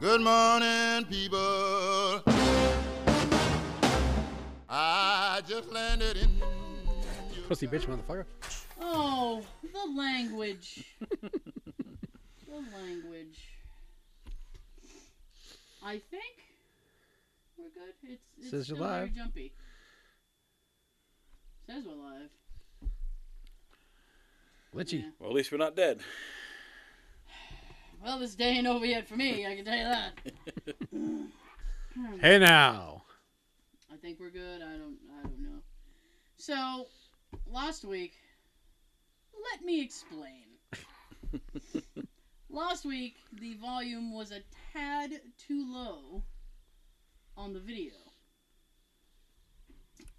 Good morning, people. I just landed in. Pussy bitch, motherfucker. Oh, the language. the language. I think we're good. It's, it's Says you're still very live. jumpy. Says we're live. Glitchy. Yeah. Well, at least we're not dead. Well, this day ain't over yet for me. I can tell you that. Hey now. I think we're good. I don't. I don't know. So, last week, let me explain. last week, the volume was a tad too low on the video,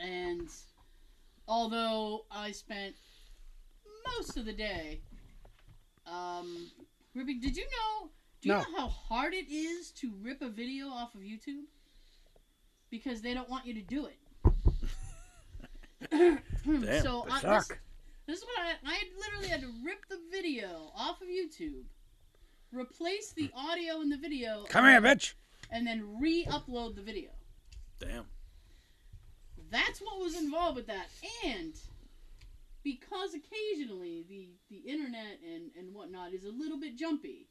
and although I spent most of the day, um, ripping. Did you know? Do you No. know how hard it is to rip a video off of YouTube? because they don't want you to do it. Damn, Hmm, so they I, this, suck. this is what I, I had literally had to rip the video off of YouTube, replace the audio in the video, Come here, bitch. and then re-upload the video. Damn. That's what was involved with that, and because occasionally the the internet and and whatnot is a little bit jumpy.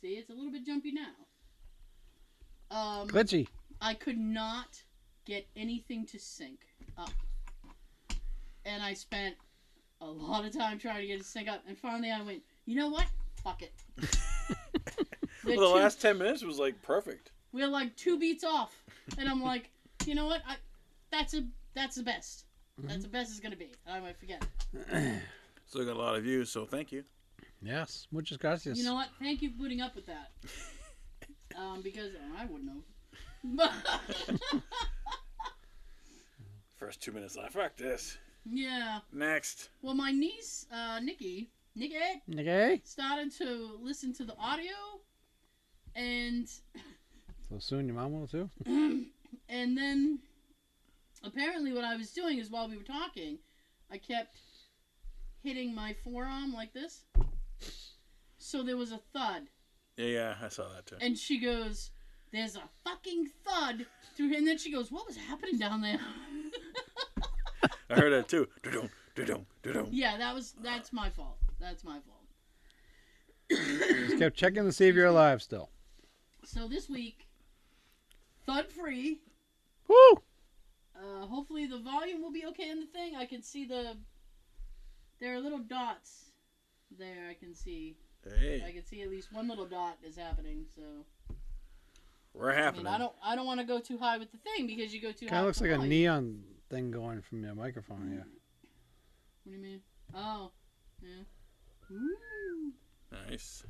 See, it's a little bit jumpy now. Um, Glitchy. I could not get anything to sync up. And I spent a lot of time trying to get it to sync up. And finally I went, you know what? Fuck it. We're Well, the two- last 10 minutes was like perfect. we're like two beats off. And I'm like, you know what? I, that's a that's the best. That's the best it's gonna be. And I might forget. it. Still got a lot of views, so thank you. Yes. Muchas gracias. You know what? Thank you for putting up with that. um, because I wouldn't know. But First two minutes left. Fuck this. yeah. Next. Well my niece, uh Nikki Nikki Okay. started to listen to the audio and So soon your mom will too? and then apparently what I was doing is while we were talking, I kept hitting my forearm like this. So there was a thud Yeah, yeah, I saw that too. and she goes, "There's a fucking thud through here." And then she goes, "What was happening down there?" I heard that too. Do-dum, do-dum, do-dum. yeah, that was that's my fault. That's my fault. Just kept checking to see if you're alive still. So this week, thud free, Woo! Uh, hopefully the volume will be okay in the thing. I can see the. There are little dots there. I can see. I Hey, can see at least one little dot is happening. So we're I mean, happening. I don't. I don't want to go too high with the thing because you go too high. Kinda with looks the like a volume. neon thing going from your microphone here. What do you mean? Oh, yeah. Ooh. Nice.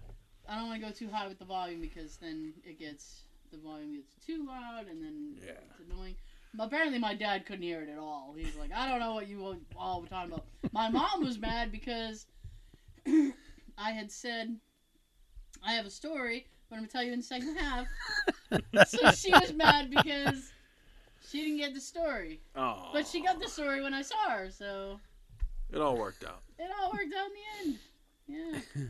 I don't want to go too high with the volume because then it gets the volume gets too loud and then Yeah. it's annoying. Apparently, my dad couldn't hear it at all. He's like, I don't know what you all were talking about. My mom was mad because I had said I have a story, but I'm gonna tell you in the second half. so she was mad because she didn't get the story, Oh. but she got the story when I saw her. So It all worked out. it all worked out in the end. Yeah.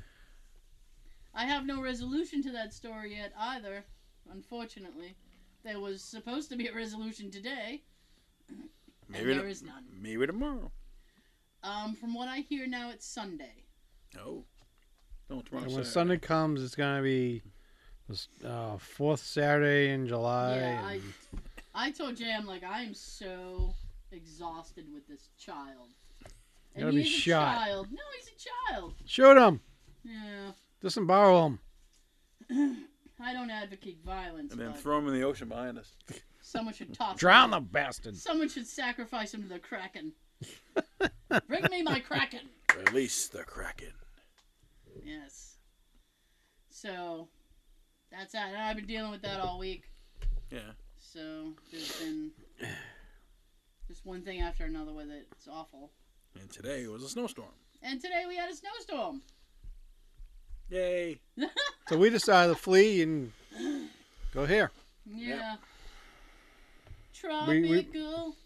I have no resolution to that story yet either, unfortunately. There was supposed to be a resolution today. Maybe there to- is none. Maybe tomorrow. Um, from what I hear now, it's Sunday. Oh. Don't tomorrow. And when Saturday. Sunday comes, it's gonna be this uh, fourth Saturday in July. yeah, I, and I told Jay, I'm like, I am so exhausted with this child. And Gotta he be is shot. a child. No, he's a child. Shoot him! Yeah. Disembowel him! I don't advocate violence, And then but throw him in the ocean behind us. someone should toss Drown the bastard! Someone should sacrifice him to the Kraken. Bring me my Kraken. Release the Kraken. Yes. So, that's that. And I've been dealing with that all week. Yeah. So, there's been just one thing after another with it. It's awful. And today was a snowstorm. And today we had a snowstorm. Yay. So we decided to flee and go here. Yeah. We- we- Tropical.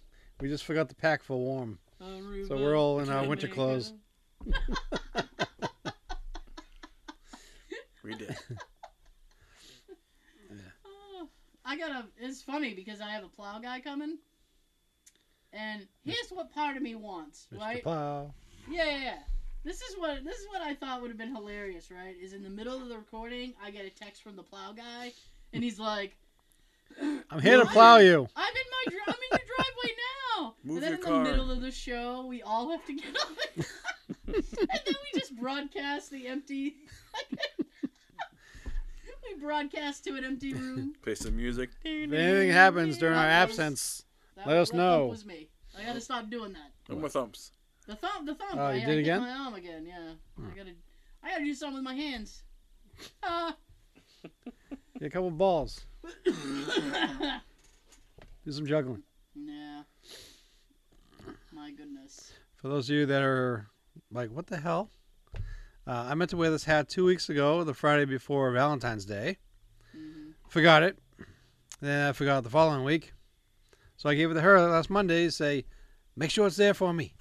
We just forgot to pack for warm. Aruba, So we're all in our winter Jamaica. clothes. We did. got a. Oh, It's funny because I have a plow guy coming, and here's what part of me wants, Mr. right? Plow. Yeah, yeah, yeah. This is what this is what I thought would have been hilarious, right? Is in the middle of the recording, I get a text from the plow guy, and he's like, I'm here to plow you. "I'm in my dri- I'm in your driveway now." Move and then your in car. the middle of the show, we all have to get up, and, then we just broadcast the empty. we broadcast to an empty room. Play some music. If anything happens during our That was- absence, that let us thump know. Was me. I gotta stop doing that. No more thumps. The thump, the thump. Oh, I you I did hit again? Hmm. My arm again. Yeah. I gotta, I gotta do something with my hands. Ah. get a couple balls. Do some juggling. nah. My goodness. For those of you that are like, what the hell? Uh, I meant to wear this hat two weeks ago, the Friday before Valentine's Day. Mm-hmm. hmm Forgot it. Then I forgot the following week. So I gave it to her last Monday to say, make sure it's there for me.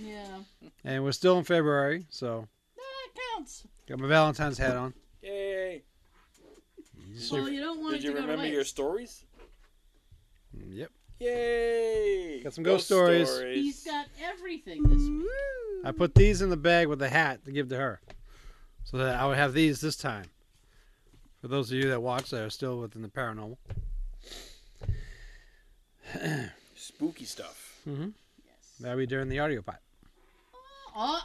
Yeah. And we're still in February, so That counts. got my Valentine's hat on. Yay! Just Well, see- you don't want it Did you to go remember to your waste. stories? yep. Yay! Got some ghost stories. He's got everything this week. I put these in the bag with the hat to give to her, so that I would have these this time. For those of you that watch that are still within the paranormal, Spooky stuff. Yes. that'll be during the audio part. Oh,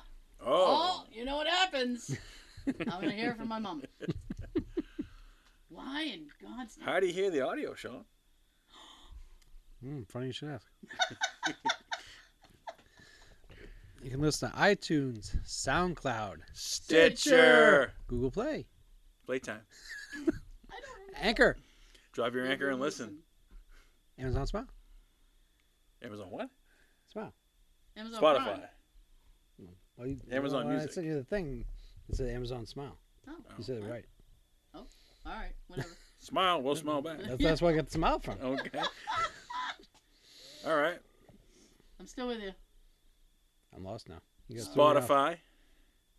Oh, oh, you know what happens? I'm gonna hear from my mom. Why in God's name? how do you hear the audio, Sean? Mm, funny you should ask. you can listen to iTunes, SoundCloud, Stitcher. Google Play, Playtime. I don't remember. Anchor, Drive your anchor and listen. Amazon Smile. Amazon what? Smile. Amazon Prime. Spotify. Well, you- Amazon well, Music. I sent you the thing. It said Amazon Smile. Oh, You said it right. all right, whatever. Smile. We'll smile back. That's, that's where I got the smile from. Okay. All right. I'm still with you. I'm lost now. You guys threw me off. Spotify,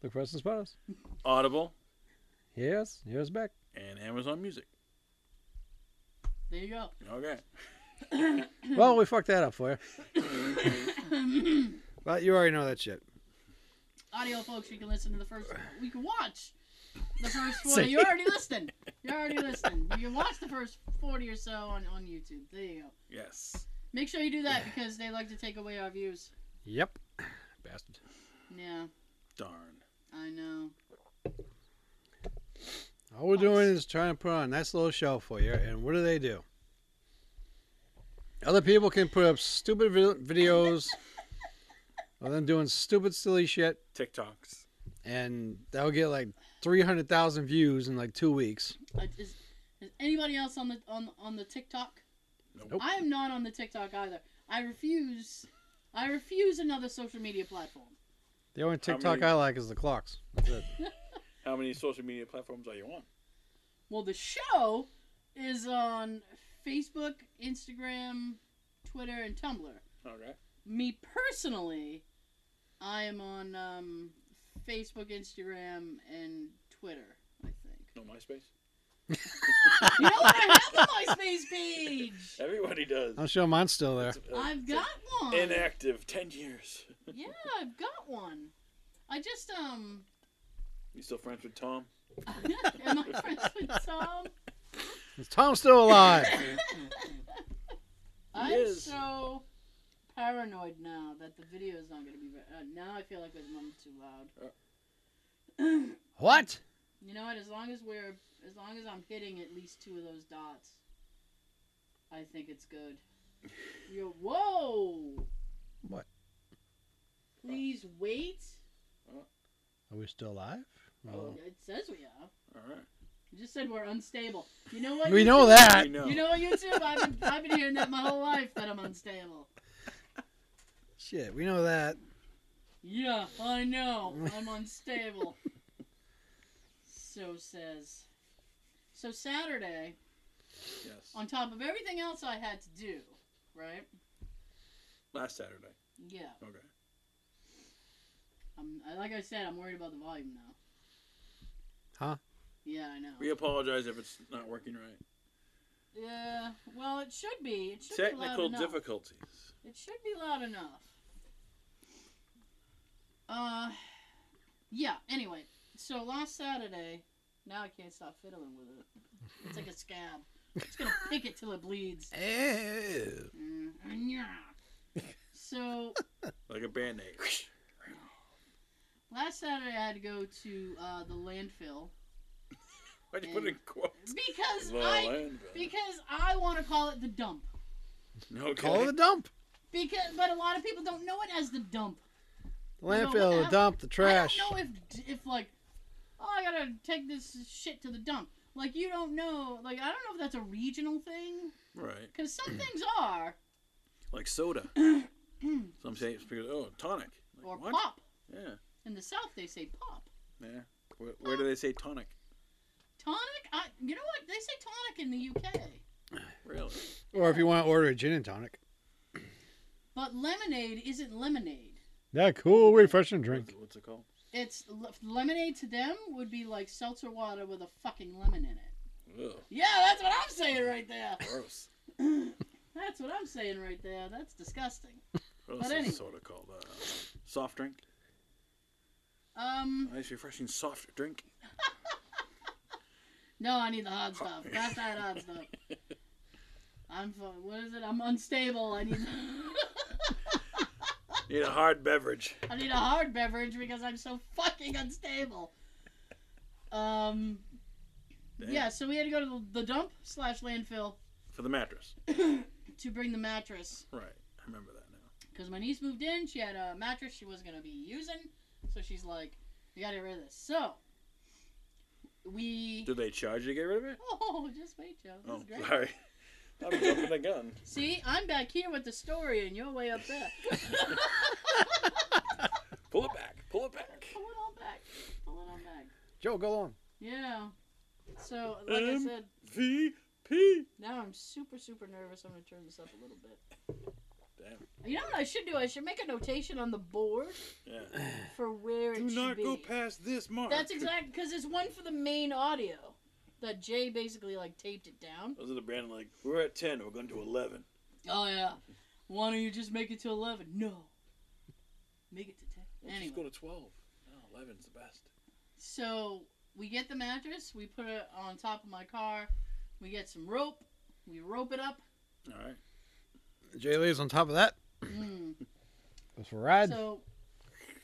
Look for us in Spotify. Audible, Yes, here's back. and Amazon Music. There you go. Okay. Well, we fucked that up for you. Well, you already know that shit. Um, Audio folks, you can listen to the first. We can watch the first See? forty. You're already listening. You're already listening. You can watch the first forty or so on on YouTube. There you go. Yes. Make sure you do that because they like to take away our views. Yep. Bastard. Yeah, Darn. I know. All we're doing is trying to put on a nice little show for you. And what do they do? Other people can put up stupid vi- videos of them doing stupid, silly shit, TikToks. and that'll get like 300,000 views in like two weeks. Uh, Is, is anybody else on the on on the TikTok? Nope. Nope. I am not on the TikTok either. I refuse. I refuse another social media platform. The only How TikTok many- I like is the clocks. That's it. How many social media platforms are you on? Well, the show is on Facebook, Instagram, Twitter, and Tumblr. Okay. me personally, I am on um, Facebook, Instagram, and Twitter. I think. No MySpace. You know what? I have a MySpace page. Everybody does. I'm sure mine's still there. It's, uh, I've it's got one. Inactive. Ten years. Yeah, I've got one. I just um, You still friends with Tom? am I friends with Tom? Is Tom still alive? I'm is. so paranoid now that the video is not going to be. Very, uh, now I feel like I'm too loud. what? You know what? As long as we're, as long as I'm hitting at least two of those dots, I think it's good. Yo, whoa! What? Please wait. Oh, Are we still alive? Oh, Well, It says we are. All right. You just said we're unstable. You know what? we YouTube? know that. We know. Uh, You know what, YouTube? I've been, I've been hearing that my whole life that I'm unstable. Shit, we know that. Yeah, I know. I'm unstable. so says. So Saturday, Yes. on top of everything else I had to do, right? Last Saturday. Yeah. Okay. I'm, I- like I said, I'm worried about the volume now. Huh? Yeah, I know. We apologize if it's not working right. Yeah. Well, it should be. It should Technical be loud enough. difficulties. It should be loud enough. Uh, yeah. Anyway, so last Saturday, now I can't stop fiddling with it. It's like a scab. It's gonna pick it till it bleeds. Mm, yeah. So Like a band aid. last Saturday, I had to go to uh, the landfill Why'd you put it in quotes? because The I landfill. because I want to call it the dump. Okay. Call it a dump. Because, but a lot of people don't know it as the dump. The You know, landfill, the whatever. dump, the trash. I don't know if if like, oh, I gotta take this shit to the dump. Like you don't know. Like I don't know if that's a regional thing, Right. because some things are Like soda. Some say it's because, oh, tonic. Like, or what? pop. Yeah. In the south, they say pop. Yeah. Where, where do they say tonic? Tonic. I, you know what? They say tonic in the UK, Really? Or if you want to order a gin and tonic. but lemonade isn't lemonade. That cool, refreshing What's, drink. what's it called? It's le- lemonade to them would be like seltzer water with a fucking lemon in it. Ugh, Yeah, that's what I'm saying right there. gross. That's what I'm saying right there. That's disgusting. What But else anyway. is soda called? Uh, soft drink? Um, Nice, refreshing soft drink. No, I need the hard stuff. That's that hard stuff. I'm fu- what is it? I'm unstable. I need Need a hard beverage. I need a hard beverage because I'm so fucking unstable. Um, Damn. yeah. So we had to go to the, the dump slash landfill For the mattress. to bring the mattress Right. I remember that now. because my niece moved in. She had a mattress she wasn't gonna be using, so she's like, "We gotta get rid of this." So we. Do they charge you to get rid of it? Oh, just wait, Joe. This Oh, is great. sorry. I'm jumping the gun. See, I'm back here with the story, and you're way up there. Pull it back. Pull it back. Pull it all back. Pull it all back. Joe, go on. Yeah. So, like I Um, said, VP. now I'm super, super nervous. I'm going to turn this up a little bit. Damn. You know what I should do? I should make a notation on the board Yeah. for where it Do should not be. go past this mark. E That's exact because it's one for the main audio that Jay basically like taped it down. Those are the brand like, we're at 10, we're going to 11. Oh yeah. Why don't you just make it to eleven? No. Make it to ten. Let's Anyway. just go to 12. No, 11's the best. So we get the mattress, we put it on top of my car, we get some rope, we rope it up. All right. Jay Lee's on top of that. Mm. That's for a ride. So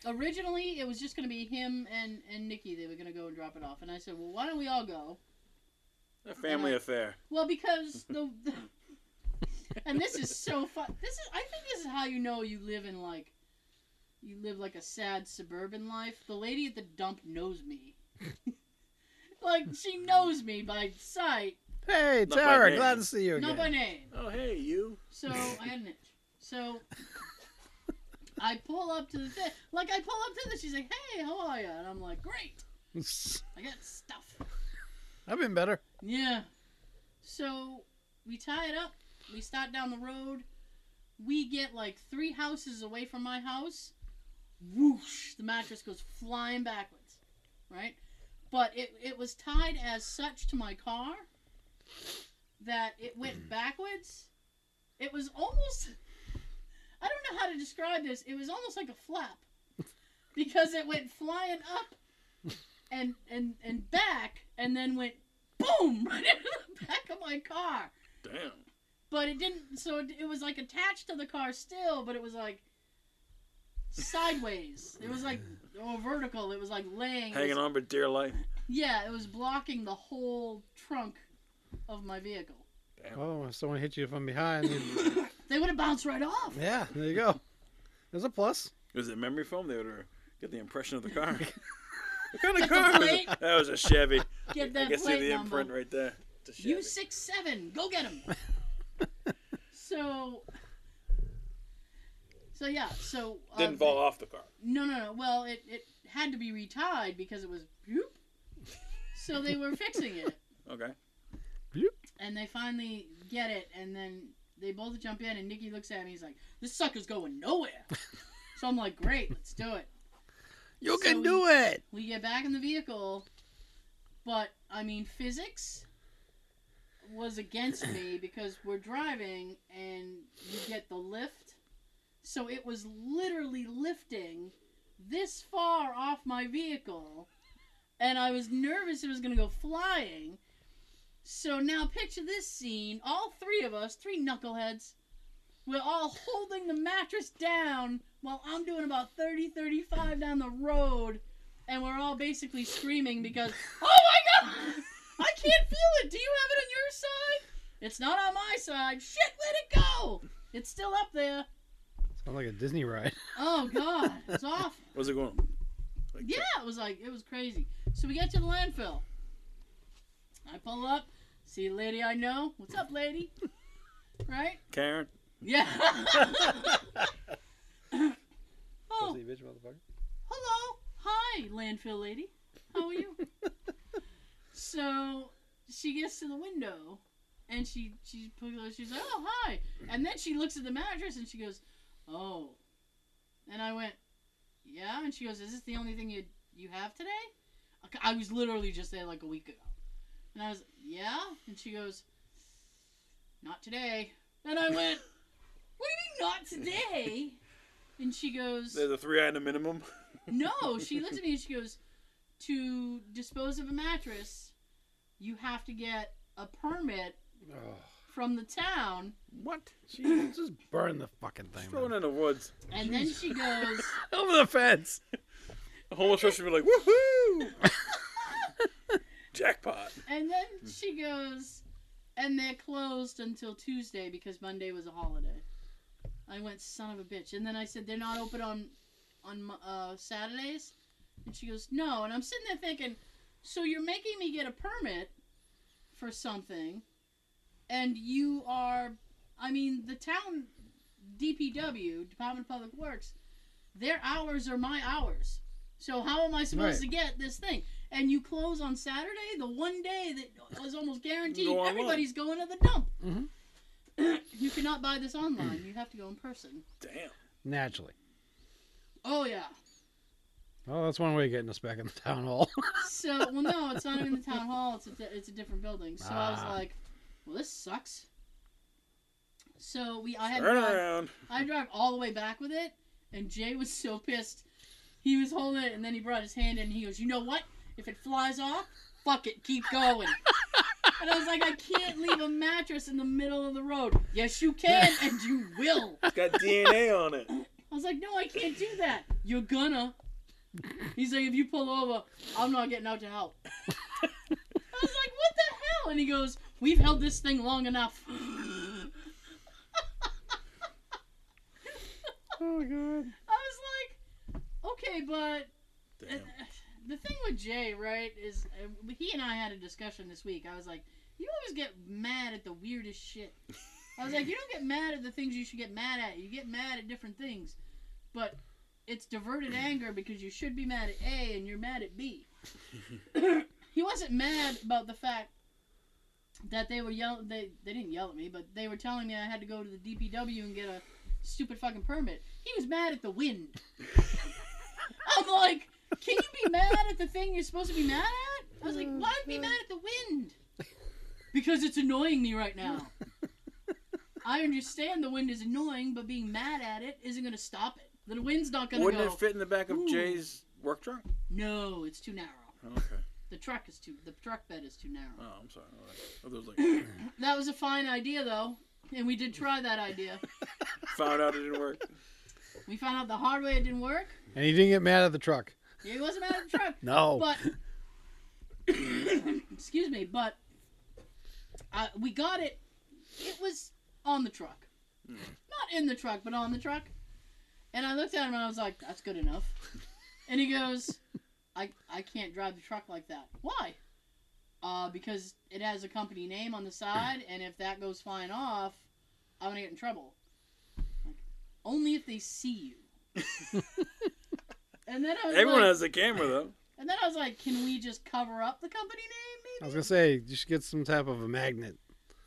originally it was just gonna be him and and Nikki. They were gonna go and drop it off, and I said, well, why don't we all go? A family Yeah. affair. Well, because the, the and this is so fun. This is I think this is how you know you live in like you live like a sad suburban life. The lady at the dump knows me. like she knows me by sight, hey, Not by Tara, name. glad to see you again. not by name. Oh, hey, you. So I had an itch. So I pull up to the thing. Like I pull up to this. She's like, "Hey, how are you?" And I'm like, "Great. I got stuff." I've been better. Yeah. So we tie it up. We start down the road. We get like three houses away from my house. Whoosh! The mattress goes flying backwards. Right? But it, it was tied as such to my car that it went backwards. It was almost. I don't know how to describe this. It was almost like a flap because it went flying up and and and back and then went boom right into the back of my car. Damn. But it didn't. So it, it was like attached to the car still, but it was like sideways. It was like or vertical. It was like laying. it was- Hanging on for dear life. Yeah, it was blocking the whole trunk of my vehicle. Oh, if someone hit you from behind. you- They would have bounced right off. yeah, there you go. There's a plus. Was it memory foam? They would uh, get the impression of the car. what kind Get the of car was plate. it? That was a Chevy. Get I that can see plate the number. imprint right there. It's a Chevy. U six seven, go get him. so, so yeah, so uh, Didn't fall off the car. No, no, no. Well, it it had to be retied because it was bloop. So they were fixing it, Okay. and they finally get it, and then they both jump in, and Nikki looks at me. He's like, "This sucker's going nowhere." so I'm like, "Great, let's do it." You can So- do it. We get back in the vehicle, but I mean physics was against me because we're driving and you get the lift. So it was literally lifting this far off my vehicle. And I was nervous it was going to go flying. So now picture this scene all three of us, three knuckleheads, we're all holding the mattress down while I'm doing about 30, 35 down the road. And we're all basically screaming because, oh my god! I can't feel it. Do you have it on your side? It's not on my side. Shit, let it go. It's still up there. Sounds like a Disney ride. Oh god, it's awful. Was it going? Like, Yeah, it was like it was crazy. So we get to the landfill. I pull up, see a lady I know. What's up, lady? Right? Karen. Yeah. oh, hello, hi, landfill lady. How are you? so she gets to the window, and she she she's like, oh hi, and then she looks at the mattress and she goes, oh, and I went, yeah, and she goes, is this the only thing you you have today? I was literally just there like a week ago, and I was yeah, and she goes, not today, and I went, what do you mean not today? And she goes, There's a three item minimum. no, she looked at me and she goes, "To dispose of a mattress, you have to get a permit from the town." What? Jesus, just burn the fucking Just thing. throw it man. in the woods. And then she goes, Over the fence. The homeless person would be like, woohoo! Jackpot. and then she goes, and they're closed until Tuesday because Monday was a holiday. I went, son of a bitch. And then I said, they're not open on on Mo- uh, Saturdays. And she goes, no. And I'm sitting there thinking, so you're making me get a permit for something, and you are, I mean, the town DPW Department of Public Works, their hours are my hours. So how am I supposed Right. to get this thing? And you close on Saturday, the one day that was almost guaranteed Go online. everybody's going to the dump. Mhm. you cannot buy this online. You have to go in person. Damn. Naturally. Oh yeah. Oh, that's one way of getting us back in the town hall. So well, no, it's not even the town hall. It's a di- it's a different building. So I Ah. was like, well, this sucks. So we I had to Turn drive- around. I drive all the way back with it, and Jay was so pissed. He was holding it, and then he brought his hand in, and he goes, "You know what? If it flies off, fuck it, keep going." and I was like, "I can't leave a mattress in the middle of the road." Yes, you can, and you will. I It's got DNA on it. was like, "No, I can't do that. You're gonna." He's like, "If you pull over, I'm not getting out to help." I was like, "What the hell?" And he goes, "We've held this thing long enough." oh, God. I was like, "Okay, but." uh, Damn. the thing with Jay, right, is uh, he and I had a discussion this week. I was like, you always get mad at the weirdest shit. I was like, you don't get mad at the things you should get mad at. You get mad at different things, but it's diverted anger because you should be mad at A and you're mad at B. he wasn't mad about the fact that they were yelling. They they didn't yell at me, but they were telling me I had to go to the DPW and get a stupid fucking permit. He was mad at the wind. I'm like, can you be mad at the thing you're supposed to be mad at? I was like, why be mad at the wind? Because it's annoying me right now. I understand the wind is annoying, but being mad at it isn't going to stop it. The wind's not going to Wouldn't go. it fit in the back of Ooh. Jay's work truck? No, it's too narrow. Oh, okay. The truck is too. The truck bed is too narrow. Oh, I'm sorry. All right. I thought it was like, That was a fine idea though, and we did try that idea. found out it didn't work. We found out the hard way it didn't work. And he didn't get mad at the truck. Yeah, It wasn't out of the truck. No. but excuse me, but uh, we got it. It was on the truck, not in the truck, but on the truck. And I looked at him and I was like, "That's good enough." And he goes, "I I can't drive the truck like that. Why? Uh, because it has a company name on the side, and if that goes flying off, I'm gonna get in trouble. Like, Only if they see you." and then I was Everyone like, has a camera, though. and then I was like, can we just cover up the company I name, was going to say, you should get some type of a magnet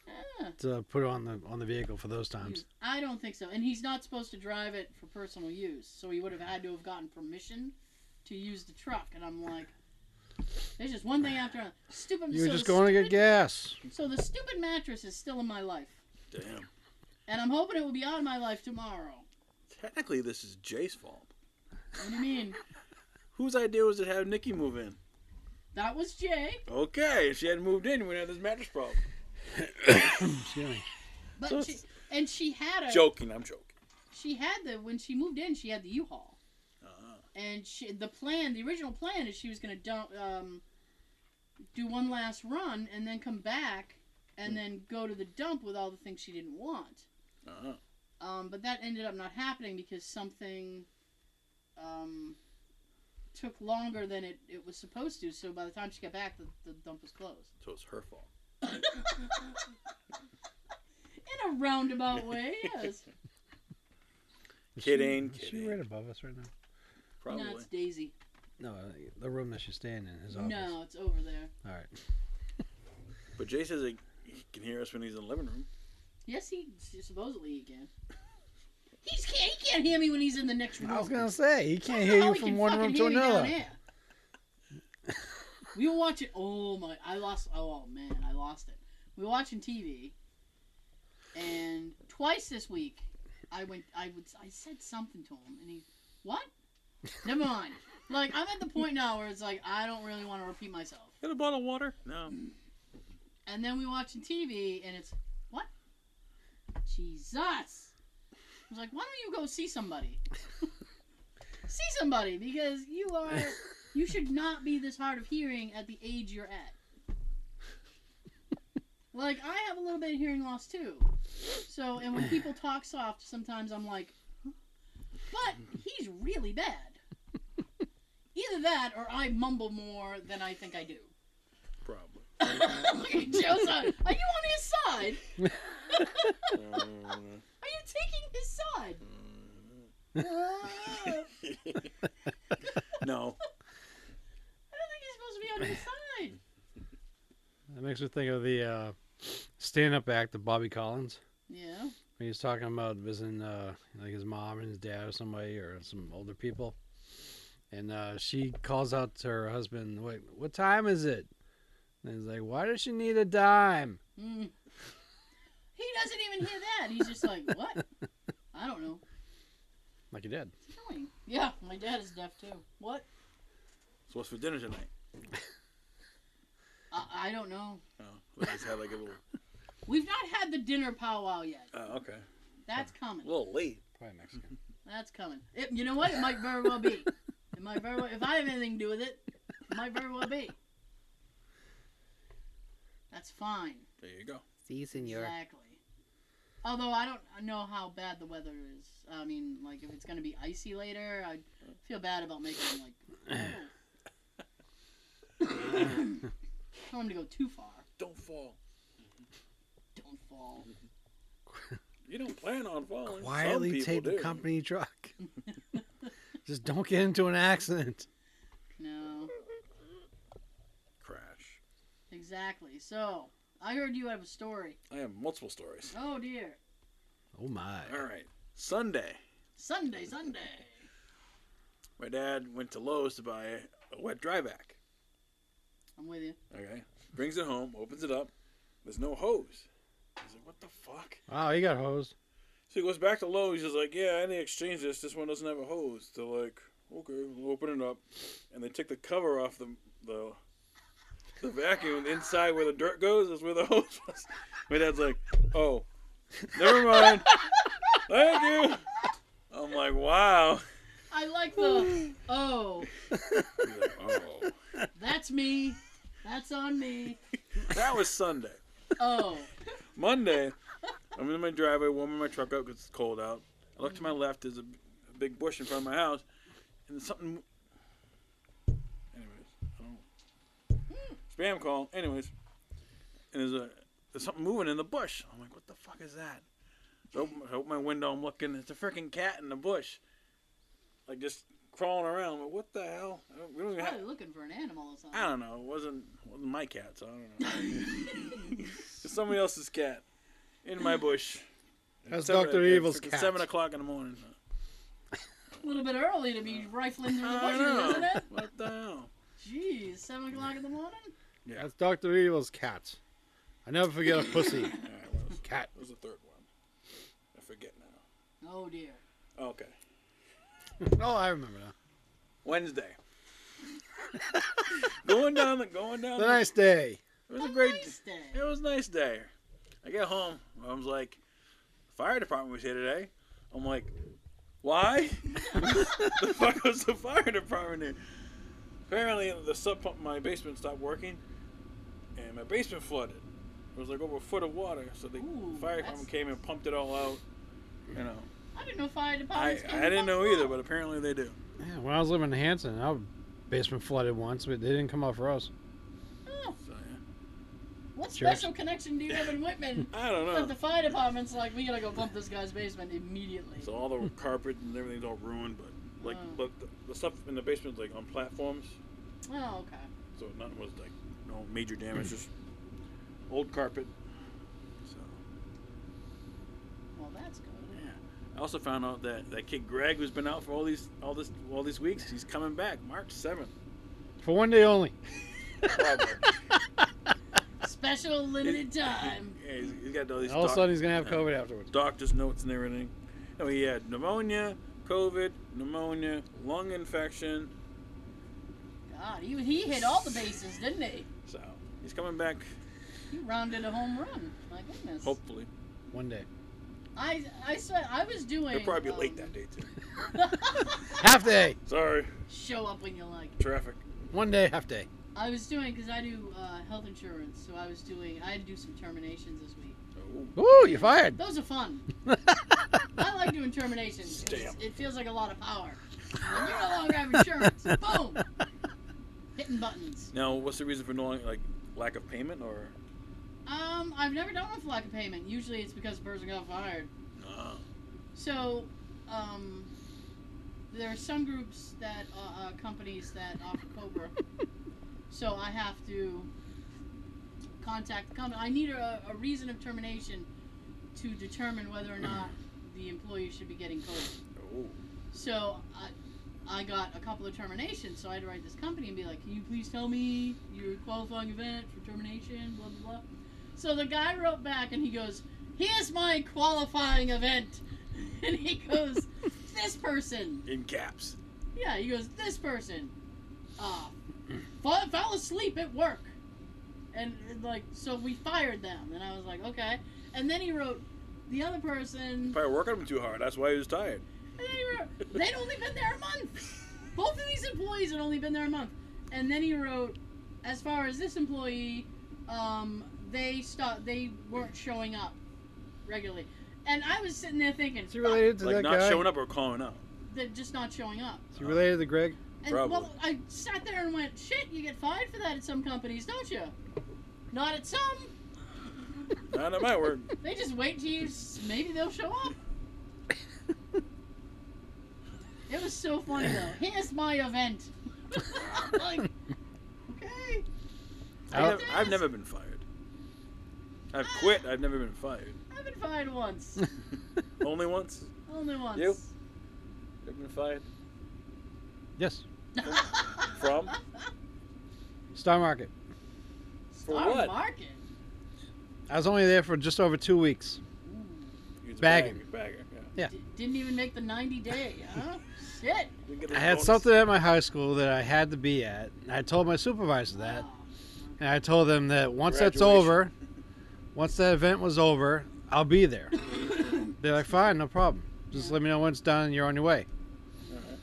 maybe? Yeah. to put on the on the vehicle for those times. I don't think so. And he's not supposed to drive it for personal use, so he would have had to have gotten permission to use the truck. And I'm like, There's just one thing after another. Stupid. You were so just the going to stupid, get gas. So the stupid mattress is still in my life, Damn. and I'm hoping it will be out of my life tomorrow. Technically, this is Jay's fault. What do you mean? Whose idea was it to have Nikki move in? That was Jay, Okay, if she hadn't moved in, we would have this mattress problem. Excuse me. but So she it's- and she had a Joking, I'm joking. she had the when she moved in she had the U-Haul, Uh-huh. and she the plan the original plan is she was gonna dump um, do one last run and then come back Hmm. and then go to the dump with all the things she didn't want. Uh-huh. Um, but that ended up not happening because something um, took longer than it, it was supposed to. So by the time she got back, the, the dump was closed. So it's her fault. In a roundabout way, yes. Is Kidding, She, is she kidding. right above us right now? Probably. No, it's Daisy. No, uh, the room that she's staying in is obvious. No, it's over there. All right. But Jay says he he can hear us when he's in the living room. Yes, he supposedly he can. He's can't, he can't hear me when he's in the next room. I was gonna say he I can't don't hear know how you Oh, he from can one fucking room to hear me down another. there. we were watching. Oh my! I lost. Oh man, I lost it. We were watching TV, and twice this week, I went. I would. I said something to him, and he, what? Never mind. Like I'm at the point now where it's like I don't really want to repeat myself. Got a bottle of water? No. And then we watching TV, and it's what? Jesus! I was like, why don't you go see somebody? see somebody because you are you should not be this hard of hearing at the age you're at. Like I have a little bit of hearing loss too, so and when people talk soft, sometimes I'm like, "Huh?" but he's really bad. Either that, or I mumble more than I think I do. Probably. Look at Joe's eye. Are you on his side? Um, Are you taking his side? I don't think no. he's supposed to be on his side. That makes me think of the uh, stand-up act of Bobby Collins. Yeah. When he's talking about visiting uh, like his mom and his dad or somebody or some older people, and uh, she calls out to her husband, "Wait, what time is it?" And he's like, "Why does she need a dime?" Mm. He doesn't even hear that. He's just like, what? I don't know. Like he did. What's he doing? Yeah, my dad is deaf too. What? So what's for dinner tonight? I, I don't know. Oh, let's have like a little. We've not had the dinner powwow yet. Oh, okay. That's A coming. little late. Probably Mexican. That's coming. It, you know what? It might very well be. It might very well. If I have anything to do with it, it might very well be. That's fine. There you go. See, senor. Exactly. Although I don't know how bad the weather is. I mean, like if it's gonna be icy later, I feel bad about making like. oh. Tell him to go too far. Don't fall. Don't fall. You don't plan on falling. Some Quietly people take the do. company truck. Just don't get into an accident. No. Crash. Exactly. So I heard you have a story. I have multiple stories. Oh dear. Oh my! All right. Sunday, Sunday, Sunday. my dad went to Lowe's to buy a wet dry vac. I'm with you. Okay. Brings it home, opens it up. There's no hose. He's like, what the fuck? Wow, he got hosed. So he goes back to Lowe's. He's like, yeah, I need to exchange this. This one doesn't have a hose. They're like, okay, we'll open it up. And they take the cover off the the, the vacuum inside where the dirt goes is where the hose was. My dad's like, oh, never mind. Thank you. I'm like, wow. I like the. Oh, He's like, oh. that's me. That's on me. That was Sunday. Oh. Monday, I'm in my driveway, warming my truck up because it's cold out. I look to my left, there's a, b- a big bush in front of my house, and there's something. Anyways, I don't. Spam call. Anyways, and there's a there's something moving in the bush. I'm like, what the fuck is that? So I open, I open my window. I'm looking. It's a freaking cat in the bush, like just crawling around. I'm like, what the hell? I don't, we don't even have, Probably looking for an animal or something. I don't know. It wasn't wasn't my cat, so I don't know. it's somebody else's cat in my bush. That's Seven- uh, Doctor it's Evil's freaking cat. Seven o'clock in the morning. A little bit early to be rifling through the Uh, I bushes, isn't know. it? What the hell? Jeez, seven o'clock in the morning. Yeah. That's Doctor Evil's cat. I never forget a pussy All right, what was, cat. what was the third one? I forget now. Oh dear. Okay. Oh, I remember now. Wednesday. going down the going down. The The, nice day. It was a A great. nice day. It was a nice day. I get home. Mom's like, fire department was here today. I'm like, why? the fuck was the fire department here? Apparently, the sub pump in my basement stopped working, and my basement flooded. It was like over a foot of water, so the Ooh, that's- fire department came and pumped it all out. You know, I didn't know fire I, departments. I didn't know either, but apparently they do. Yeah, when I was living in Hanson, our basement flooded once, but they didn't come out for us. Oh, So, yeah. what Sure. special connection do you have in Whitman? I don't know. That the fire department's like, we gotta go pump this guy's basement immediately. So all the carpet and everything's all ruined, but like, Mm. but the, the stuff in the basement's like on platforms, oh, okay. so nothing was like no major damage, just old carpet. So Well, that's good. yeah, I also found out that that kid Greg who's been out for all these all this all these weeks, he's coming back March seventh. For one day only. Probably. Special limited time. yeah, he's, he's got all these. All of a doc- sudden, he's gonna have yeah, COVID afterwards. doctor's notes and everything. No, he had pneumonia, COVID, pneumonia, lung infection. God, he, he hit all the bases, didn't he? So he's coming back, He rounded a home run. My goodness. hopefully. One day. I I swear, I was doing. He'll probably be um, late that day too. Half day. Sorry, Show up when you like. traffic. One day, half day. I was doing because I do uh, health insurance, so I was doing. I had to do some terminations this week. Ooh, you're fired. Those are fun. I like doing terminations. It's, Stamp. it feels like a lot of power. When you no longer have insurance, boom, hitting buttons. Now, what's the reason for no like lack of payment or? Um, I've never done one for lack of payment. Usually, it's because the person got fired. Uh, So, um, there are some groups that uh, uh, companies that offer Cobra. so I have to contact the company. I need a, a reason of termination to determine whether or not the employee should be getting Cobra. oh, So I, I got a couple of terminations. So I had to write this company and be like, "Can you please tell me your qualifying event for termination?" Blah blah blah. So the guy wrote back and he goes, "Here's my qualifying event," and he goes, "This person." in caps. Yeah, he goes, "This person, uh, fell, fell asleep at work," and like, so we fired them. And I was like, "Okay." And then he wrote, "The other person." Probably working him too hard. That's why he was tired. And then he wrote, they'd only been there a month. Both of these employees had only been there a month. And then he wrote, as far as this employee, um, they stopped, they weren't showing up regularly. And I was sitting there thinking, Is he "Fuck, related to Like that not guy? showing up or calling out. they're just not showing up. Is he related to Greg? And Probably. well, I sat there and went, shit, you get fired for that at some companies, don't you? Not at some. Not at my word. They just wait till you, s- maybe they'll show up. It was so funny though. Here's my event. like, okay. I Oh. nev- I've never been fired. I've quit. I've never been fired. I've been fired once. Only once. Only once. You? I've been fired yes. from. Star Market. For Star what? Market. I was only there for just over two weeks. He's a Bagging. bagger, Bagger. Yeah. Yeah. D- didn't even make the 90 day, huh? Shit. Didn't get I the had bonus. something at my high school that I had to be at. and I told my supervisor that, Wow. and I told them that once that's Graduation. over, once that event was over, I'll be there. They're like, fine, no problem. Just let me know when it's done and you're on your way. Alright.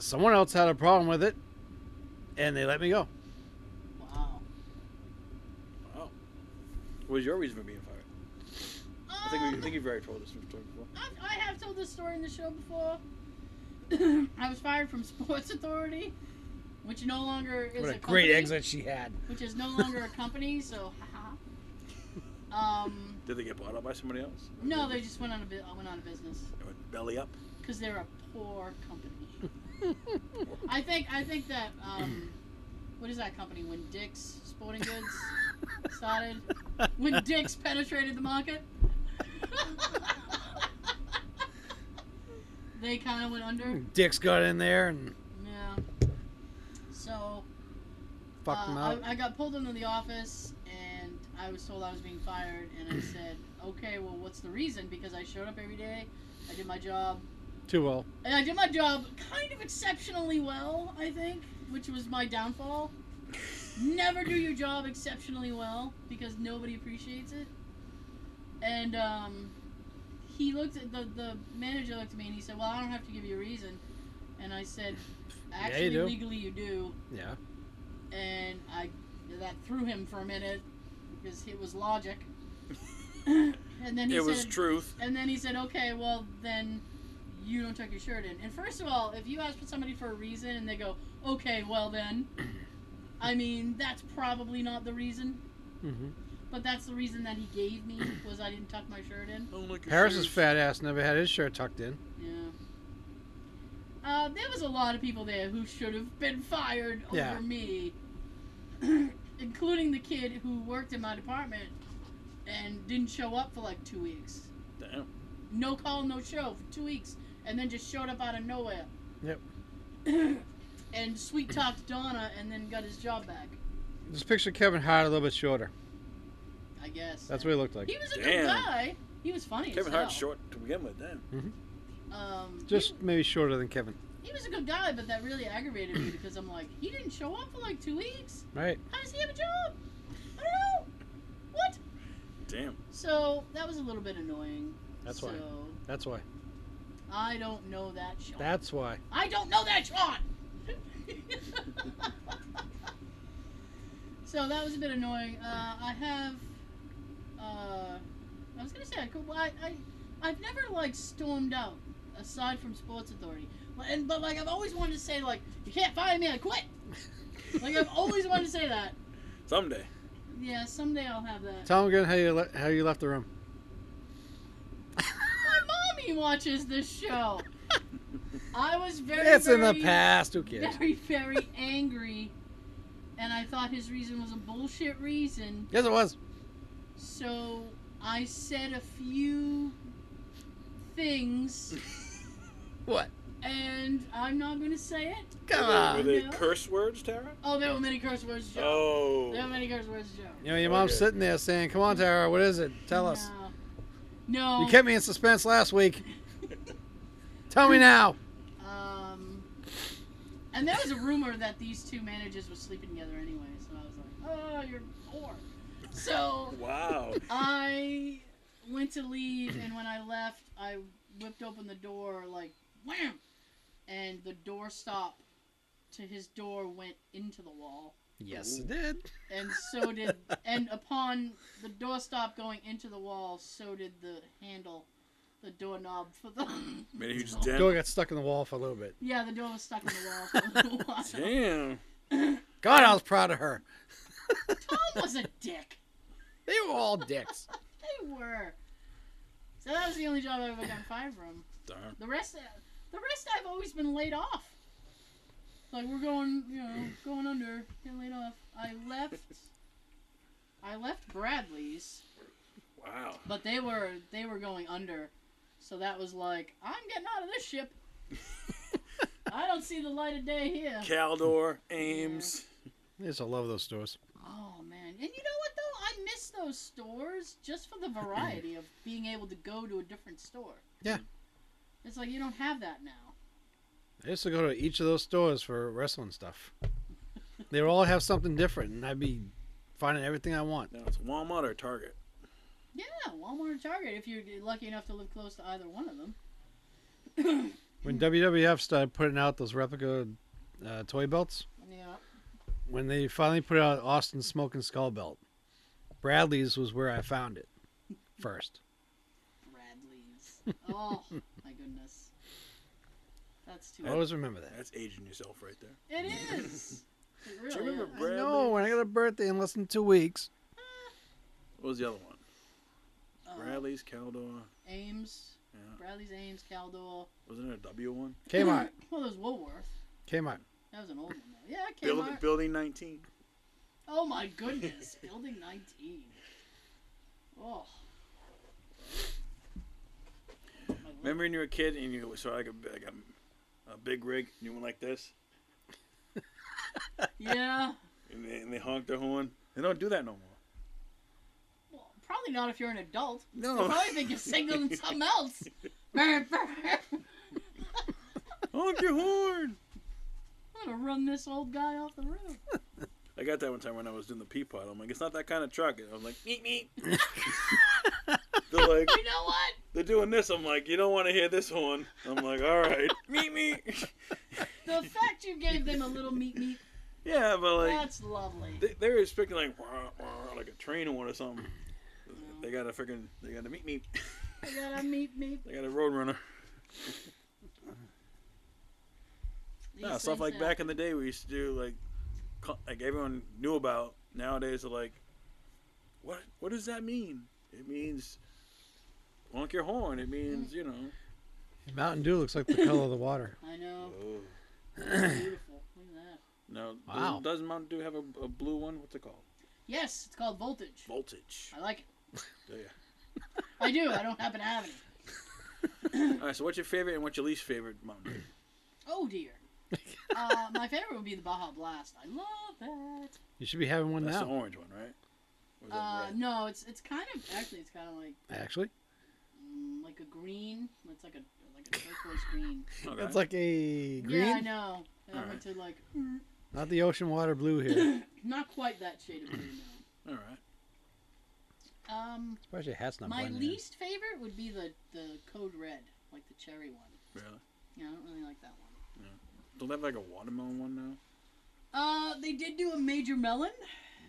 Someone else had a problem with it, and they let me go. Wow. Wow. What was your reason for being fired? I think we, I think you've already told us this story before. I've, I have told this story in the show before. I was fired from Sports Authority, which no longer is What a a great company, exit she had. Which is no longer a company, so haha. Um, Did they get bought out by somebody else? no, they just went on a bit. Went out of business They went belly up. because they're a poor company. I think I think that um, what is that company? When Dick's Sporting Goods started, when Dick's penetrated the market, they kind of went under. Hmm. Dick's got in there, and Yeah. So, fucked him Uh, up. I, I got pulled into the office and I was told I was being fired, and I said, "Okay, well, what's the reason?" Because I showed up every day, I did my job, Too well. and I did my job kind of exceptionally well, I think, which was my downfall. Never do your job exceptionally well because nobody appreciates it. And um, he looked at the the manager looked at me and he said, "Well, I don't have to give you a reason," and I said, you "Actually, do. legally, you do." Yeah. and I that threw him for a minute because it was logic. and then he It said, was truth. and then he said, "Okay, well then you don't tuck your shirt in." And first of all, if you ask somebody for a reason and they go, "Okay, well then," I mean that's probably not the reason, hmm but that's the reason that he gave me was I didn't tuck my shirt in. I don't like your Harris's shoes. fat ass never had his shirt tucked in. Yeah. Uh, there was a lot of people there who should have been fired Yeah. over me, including the kid who worked in my department and didn't show up for like two weeks. Damn. No call, no show for two weeks, and then just showed up out of nowhere. Yep. and sweet talked Donna, and then got his job back. Just picture Kevin Hart a little bit shorter. I guess That's what he looked like. he was a good Damn. guy. He was funny. as Kevin Hart's hell. short to begin with. Damn. Um, he- Just maybe shorter than Kevin. he was a good guy, but that really aggravated me because I'm like, he didn't show up for like two weeks. Right. How does he have a job? I don't know. What? Damn. So that was a little bit annoying. That's so, why. That's why. I don't know that Sean. That's why. I don't know that Sean. so that was a bit annoying. Uh, I have. Uh, I was gonna say I could. well, I, I I've never like stormed out aside from Sports Authority, But- and but like I've always wanted to say like you can't fire me, I quit. like I've always wanted to say that. Someday. Yeah, someday I'll have that. Tell him again how you le- how you left the room. My mommy watches this show. I was very. It's in very, the past. Who cares? Very, very angry, and I thought his reason was a bullshit reason. Yes, it was. So I said a few things, What? and I'm not gonna say it. Come Were on. they No. curse words, Tara? Oh, there were many curse words, Joe. There were Oh. many curse words, Joe. You know, your mom's Okay. sitting there saying, "Come on, Tara, what is it? Tell us." No. You kept me in suspense last week. Tell me now. Um, and there was a rumor that these two managers were sleeping together anyway, so I was like, oh, you're poor. So Wow. I went to leave, and when I left, I whipped open the door, like, wham! And the door stop to his door went into the wall. Yes, it did. And so did, and upon the doorstop going into the wall, so did the handle, the doorknob for the. Made a huge Door dent. got stuck in the wall for a little bit. Yeah, the door was stuck in the wall for a while. Damn. God, I was proud of her. Tom was a dick. They were all dicks. They were. So that was the only job I've ever gotten fired from. Darn. The rest, the rest, I've always been laid off. Like we're going, you know, going under, getting laid off. I left. I left Bradley's, Wow. but they were they were going under, so that was like I'm getting out of this ship. I don't see the light of day here. Caldor, Ames. I just love those stores. Oh man, and you know what though? I miss those stores just for the variety of being able to go to a different store. Yeah. It's like you don't have that now. I used to go to each of those stores for wrestling stuff. They would all have something different, and I'd be finding everything I want. Now it's Walmart or Target. Yeah, Walmart or Target if you're lucky enough to live close to either one of them. When WWF started putting out those replica uh, toy belts, Yeah. when they finally put out Austin's Smoking Skull belt, Bradley's was where I found it first. Bradley's. Oh my goodness. That's too. I always remember that. That's aging yourself right there. It is. It really remember is. Brad- No, when I got a birthday in less than two weeks. What was the other one? Uh, Bradley's, Caldor. Ames. Yeah. Bradley's Ames Caldor. Wasn't there a W one? Kmart. Well, there's Woolworth. Kmart. That was an old one though. Yeah, Kmart. Building, building 19. Oh my goodness, Building 19. Oh. My lord. Remember when you were a kid and you saw like a, like a, a big rig and you went like this? Yeah, and they, and they honk their horn. They don't do that no more. Well, probably not if you're an adult. No. I probably think you're signaling something else. I'm honk your horn. gonna run this old guy off the road. I got that one time when I was doing the pea pod. I'm like, it's not that kind of truck. And I was like, meep meep. they're like, You know what? they're doing this. I'm like, you don't want to hear this horn. I'm like, all right, meep meep. The fact you gave them a little meat meat, Yeah, but like, that's lovely. they, they're expecting like, wah, wah, like a train horn or something. They got a freaking, they got a meep meep. I got a meat meat. They got a roadrunner. These Yeah, stuff things like happen. back in the day we used to do like, co- like everyone knew about. Nowadays they're like, what what does that mean? It means honk your horn. It means you know. Mountain Dew looks like the color of the water. I know. It's beautiful. Look at that. Now, Wow. doesn't, doesn't Mountain Dew have a, a blue one? What's it called? Yes, it's called voltage. Voltage. I like it. Oh, Yeah. I do. I don't happen to have any. All right. So, what's your favorite and what's your least favorite Mountain Dew? Oh dear. Uh, my favorite would be the Baja Blast. I love that. You should be having one That's the now. orange one, right? Or is that Uh, red? no, it's it's kind of actually it's kind of like Actually, mm, like a green. It's like a like a turquoise green. Okay. that's like a green, Yeah, I know. And I Alright. went to like not the ocean water blue here. not quite that shade of green. No. all right. Um, Especially hat's not my blending in. least favorite would be the the code red, like the cherry one. Really? Yeah, I don't really like that one. Don't they have like a watermelon one now? Uh, they did do a major melon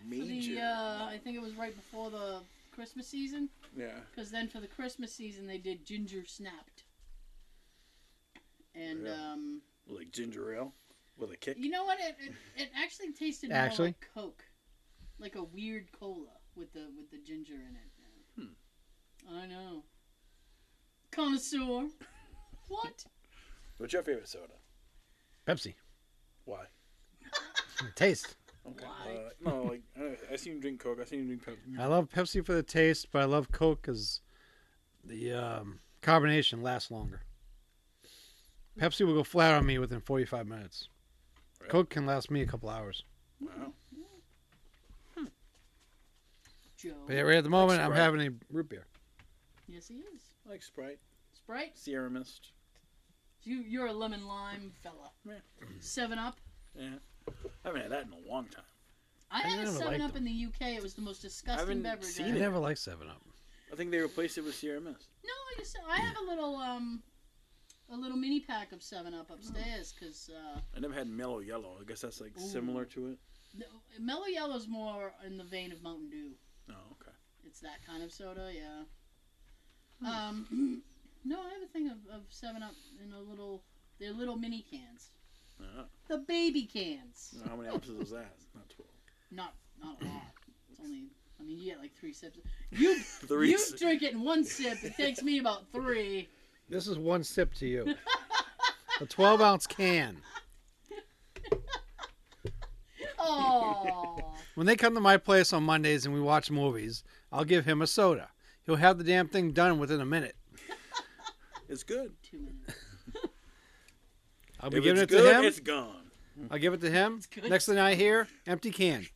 for Major. the uh, I think it was right before the Christmas season. yeah. Because then for the Christmas season, they did Ginger Snapped. And, Really? um, Like ginger ale with a kick. you know what? It, it, it actually tasted more Actually? like Coke. Like a weird cola with the with the ginger in it. Hmm. I know. Connoisseur. What? What's your favorite soda? Pepsi. Why? Taste. Okay. Why? Uh, no, like I, I seen him drink Coke. I seen him drink Pepsi. I love Pepsi for the taste, but I love Coke because the um, carbonation lasts longer. Pepsi will go flat on me within 45 minutes. Really? Coke can last me a couple hours. Wow. Joe. Oh, But yeah, right at the moment, I'm Sprite. having a root beer. Yes, he is. I like Sprite, Sprite. Sierra Mist. You, you're a lemon lime fella. Yeah. Seven Up. I haven't had that in a long time. I, had a never Seven liked Up them. in the UK. It was the most disgusting haven't beverage. seen I I've it. never liked 7 Up. I think they replaced it with Sierra Mist. No, I just I have a little um, a little mini pack of Seven Up upstairs because uh, I never had Mellow Yellow. I guess that's like Ooh. similar to it. the- Mellow Yellow's more in the vein of Mountain Dew. Oh, okay. It's that kind of soda, yeah. Um, no, I have a thing of, of Seven Up in a little, they're little mini cans, Uh, the baby cans. how many ounces was that? Not twelve. Not not a lot. It's only I mean you get like three sips. You Three you si- drink it in one sip. It takes me about three. This is one sip to you. a 12 ounce can. Oh, When they come to my place on Mondays and we watch movies, I'll give him a soda. He'll have the damn thing done within a minute. It's good. two minutes. I'll be If giving it's it good, to him. it's gone. I'll give it to him. good. Next thing I hear, empty can.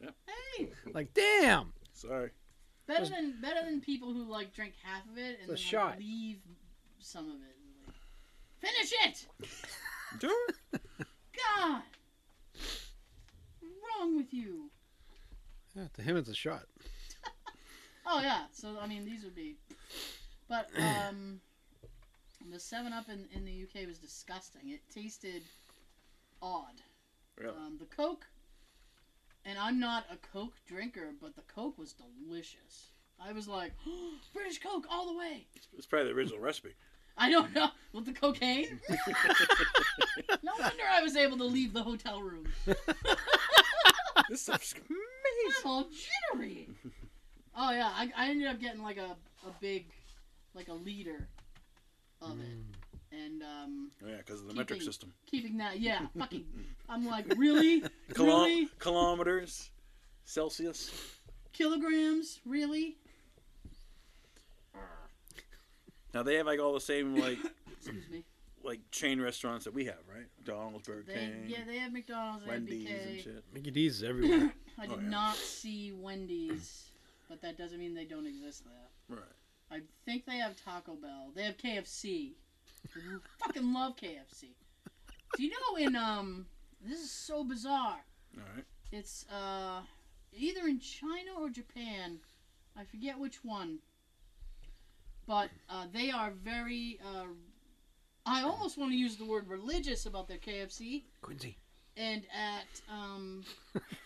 Hey. Like, damn. Sorry. Better than better than people who like drink half of it and then a like, shot. leave some of it. Like, Finish it! Do it. God, What's wrong with you? Yeah, Ah, to him, it's a shot. Oh yeah. So I mean, these would be, but um, the Seven Up in, in the UK was disgusting. It tasted odd. Really? Uh. Um, the Coke, and I'm not a Coke drinker, but the Coke was delicious. I was like, British Coke all the way. It's probably the original recipe. I don't know. With the cocaine? no wonder I was able to leave the hotel room. This stuff's I'm amazing. all jittery. Oh, yeah. I, I ended up getting like a, a big, like a liter of it. And um, Oh, yeah, because of the Keeping- metric system. keeping that, yeah, fucking. I'm like, really? Kilo- Really? Kilometers, Celsius. Kilograms? Really? Now they have like all the same like Excuse me. like chain restaurants that we have, right? McDonald's, Burger They, King, yeah, they have McDonald's, they Wendy's, have BK. and shit. Mickey D's is everywhere. I Oh, did yeah. not see Wendy's, but that doesn't mean they don't exist there. Right. I think they have Taco Bell. They have KFC. I fucking love KFC. Do you know in um this is so bizarre. All right. It's uh either in China or Japan. I forget which one. But uh, they are very uh, I almost want to use the word religious about their KFC. Quincy. And at um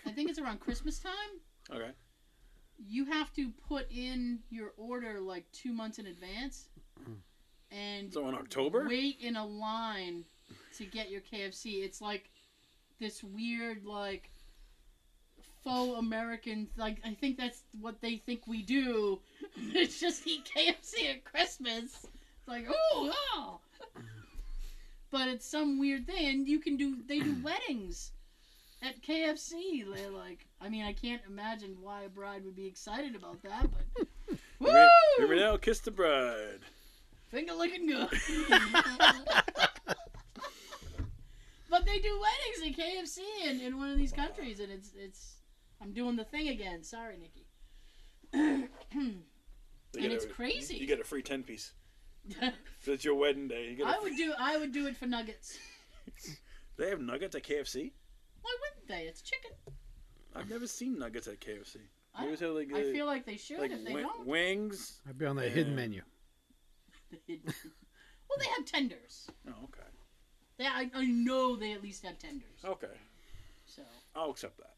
I think it's around Christmas time Okay. you have to put in your order like two months in advance and So in October. wait in a line to get your KFC. It's like this weird, like, faux American, like, I think that's what they think we do. it's just eat KFC at Christmas. It's like, oh, oh. but it's some weird thing. And you can do, they do weddings at KFC. They're like, I mean, I can't imagine why a bride would be excited about that, but. Remember- Woo! Remember now, kiss the bride. Finger looking good. but they do weddings at KFC in, in one of these countries, and it's it's. I'm doing the thing again. Sorry, Nikki. They And get it's a- crazy. You get a free ten piece. If it's your wedding day. You get a I free- would do I would do it for nuggets. They have nuggets at KFC. Why wouldn't they? It's chicken. I've never seen nuggets at KFC. I They always have like, I uh, feel like they should like if they wi- don't. wings. I'd be on that hidden Yeah. menu. well, they have tenders. Oh, okay. They, I, I know they at least have tenders. Okay. So I'll accept that.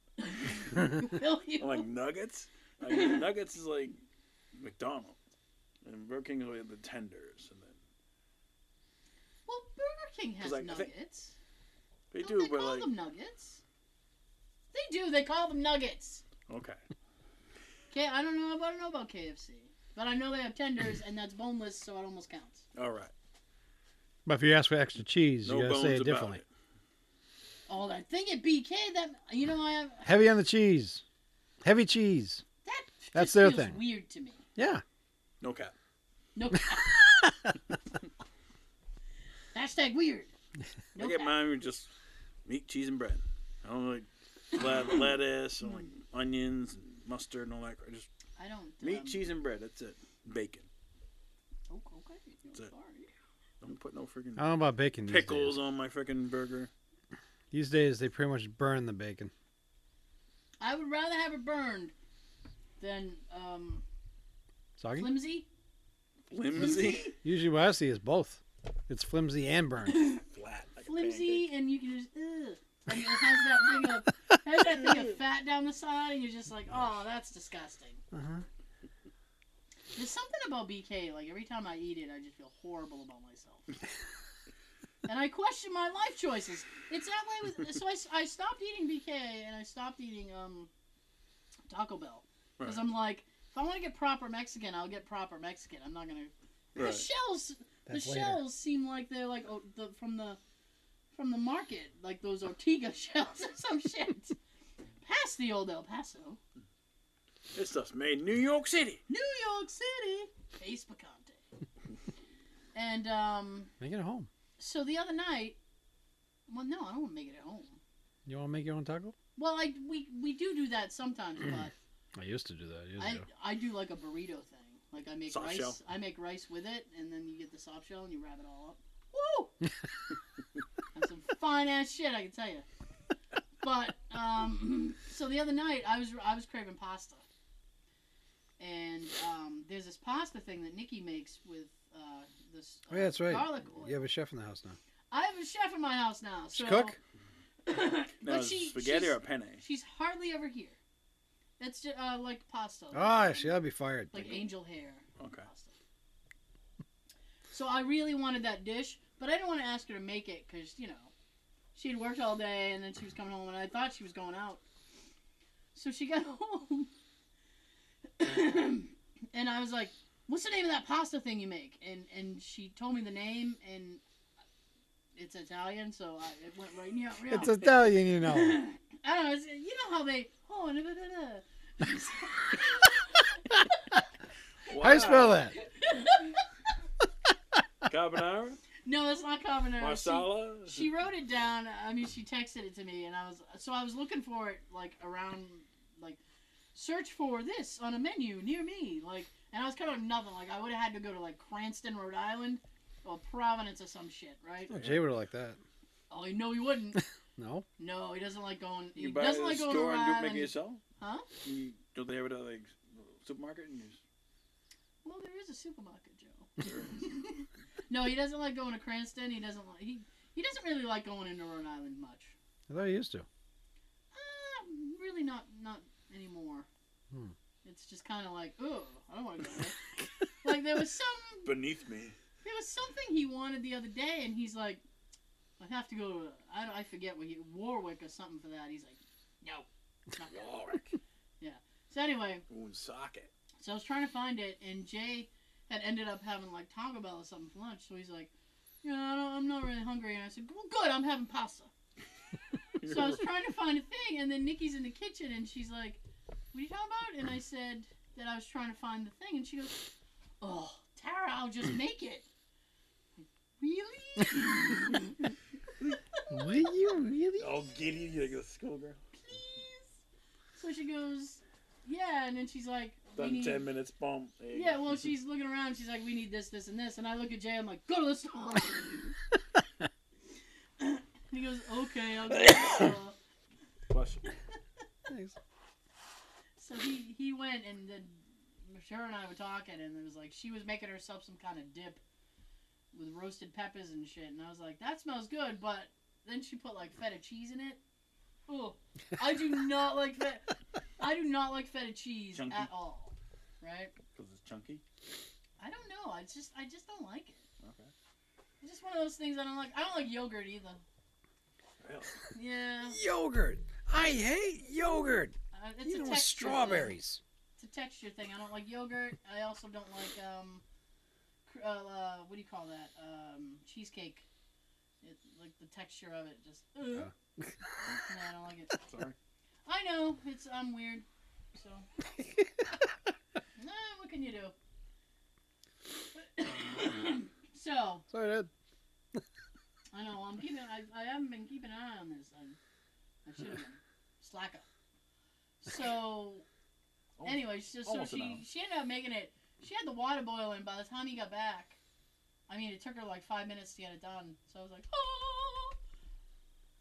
will you? I'm like nuggets. I mean, nuggets is like McDonald's, and Burger King is like the tenders, and then well, Burger King has 'Cause, like, I nuggets. think- they Don't do, they but call like them nuggets? They do. They call them nuggets. okay, Okay, I don't know. I don't know about KFC, but I know they have tenders, and that's boneless, so it almost counts. all right. But if you ask for extra cheese, No you gotta bones say it about differently. it. Oh, that thing at BK, that you know, I have Heavy on the cheese. Heavy cheese. that. That's just their feels thing. Weird to me. Yeah. No cap. No. Hashtag weird. No I get cap. mine with just meat, cheese, and bread. I don't like let- lettuce and like onions and mustard and all that. cra- Just I don't. meat, um, cheese, and bread. That's it. Bacon. Oh, okay. No, That's it. sorry. Don't put no freaking I don't know about bacon. These pickles Days. on my freaking burger. These days, they pretty much burn the bacon. I would rather have it burned than um, Soggy? flimsy. Flimsy, Usually, what I see is both. It's flimsy and burned. flat, like a flimsy, and you can just ugh. And it has that thing of has that thing of fat down the side, and you're just like, oh, that's disgusting. Uh-huh. There's something about BK. Like every time I eat it, I just feel horrible about myself, and I question my life choices. It's that way with. So I, s- I stopped eating BK and I stopped eating um, Taco Bell pancake. because I'm like, if I want to get proper Mexican, I'll get proper Mexican. I'm not gonna the Right. shells, That's the later. shells seem like they're like oh, the, from the from the market, like those Ortega shells or some shit. Past the old El Paso, This stuff's made in New York City. New York City, face picante. and um, Make it at home. so the other night, well, no, I don't want to make it at home. You want to make your own taco? Well, I we we do do that sometimes, but I used to do that years I ago. I do like a burrito thing. Like I make Soft rice, shell. I make rice with it, and then you get the soft shell and you wrap it all up. Woo! That's some fine ass shit, I can tell you. But um, so the other night I was I was craving pasta, and um, there's this pasta thing that Nikki makes with uh, this uh, Oh, yeah, that's right. garlic oil. You have a chef in the house now. I have a chef in my house now. She So cook? Now, but is it she, spaghetti she's, or penne? she's hardly ever here. It's just uh, like pasta. Ah, like, she ought to be fired. like angel hair. Okay. pasta. So I really wanted that dish, but I didn't want to ask her to make it because you know she had worked all day and then she was coming home and I thought she was going out. So she got home, and I was like, "What's the name of that pasta thing you make?" And and she told me the name and. It's Italian, so I, it went right in your mouth. It's Italian, you know. I don't know. It's, you know how they. Oh, da, da, da, da. How do you spell Wow. that? Carbonara? No, that's not common era. She- Marsala? she wrote it down. I mean, she texted it to me, and I was so I was looking for it like around, like search for this on a menu near me, like, and I was kind of nothing. Like I would have had to go to like Cranston, Rhode Island, or Providence or some shit, right? Oh, Jay would have liked that. Oh, you know he wouldn't. No, No, he doesn't like going. He you buy it doesn't at the like going to store Rhode and do make it Island. yourself? Huh? You, don't they have it at like supermarket? And you just, Well, there is a supermarket, Joe. no, he doesn't like going to Cranston. He doesn't like he. He doesn't really like going into Rhode Island much. I thought he used to. Uh, really not not anymore. Hmm. It's just kind of like, oh, I don't want to go there. like there was some beneath me. there was something he wanted the other day, and he's like, I have to go to I, don't- I forget what he Warwick or something for that. He's like, no, not going. Warwick. So anyway, Woonsocket. so I was trying to find it, and Jay had ended up having like Taco Bell or something for lunch. So he's like, you know, I don't, I'm not really hungry, and I said, well, good, I'm having pasta. So I was trying to find a thing, and then Nikki's in the kitchen, and she's like, "What are you talking about?" And I said that I was trying to find the thing, and she goes, "Oh, Tara, I'll just make it." Really? Will you really? Oh, giddy, like a schoolgirl. Please. So she goes, "Yeah," and then she's like, we Done need- ten minutes, bump. Yeah, well, she's looking around. She's like, "We need this, this, and this." And I look at Jay. I'm like, "Go to the store." and he goes, "Okay, I'll go to the store." Plus, Thanks. So he he went and then Sher and I were talking and it was like she was making herself some kind of dip with roasted peppers and shit and I was like that smells good but then she put like feta cheese in it. Oh, I do not like feta. I do not like feta cheese Chunky. at all. Right? because it's chunky. I don't know. I just I just don't like it. Okay. It's just one of those things I don't like. I don't like yogurt either. Really? Yeah, Yogurt. I hate yogurt. uh, it's You a know, texture thing. strawberries. it's a texture thing. I don't like yogurt. I also don't like um, cr- uh, uh, what do you call that? Um, cheesecake. It, like the texture of it, just. ugh. Yeah. no, I don't like it. Sorry. I know it's I'm weird, so. nah, what can you do? so Sorry, Dad. I know I'm keeping. I, I haven't been keeping an eye on this. um, I, I should have been slacker. So Almost- anyway, so, so Oh, almost an hour. she she ended up making it. She had the water boiling by the time he got back. I mean, it took her like five minutes to get it done. So I was like, oh.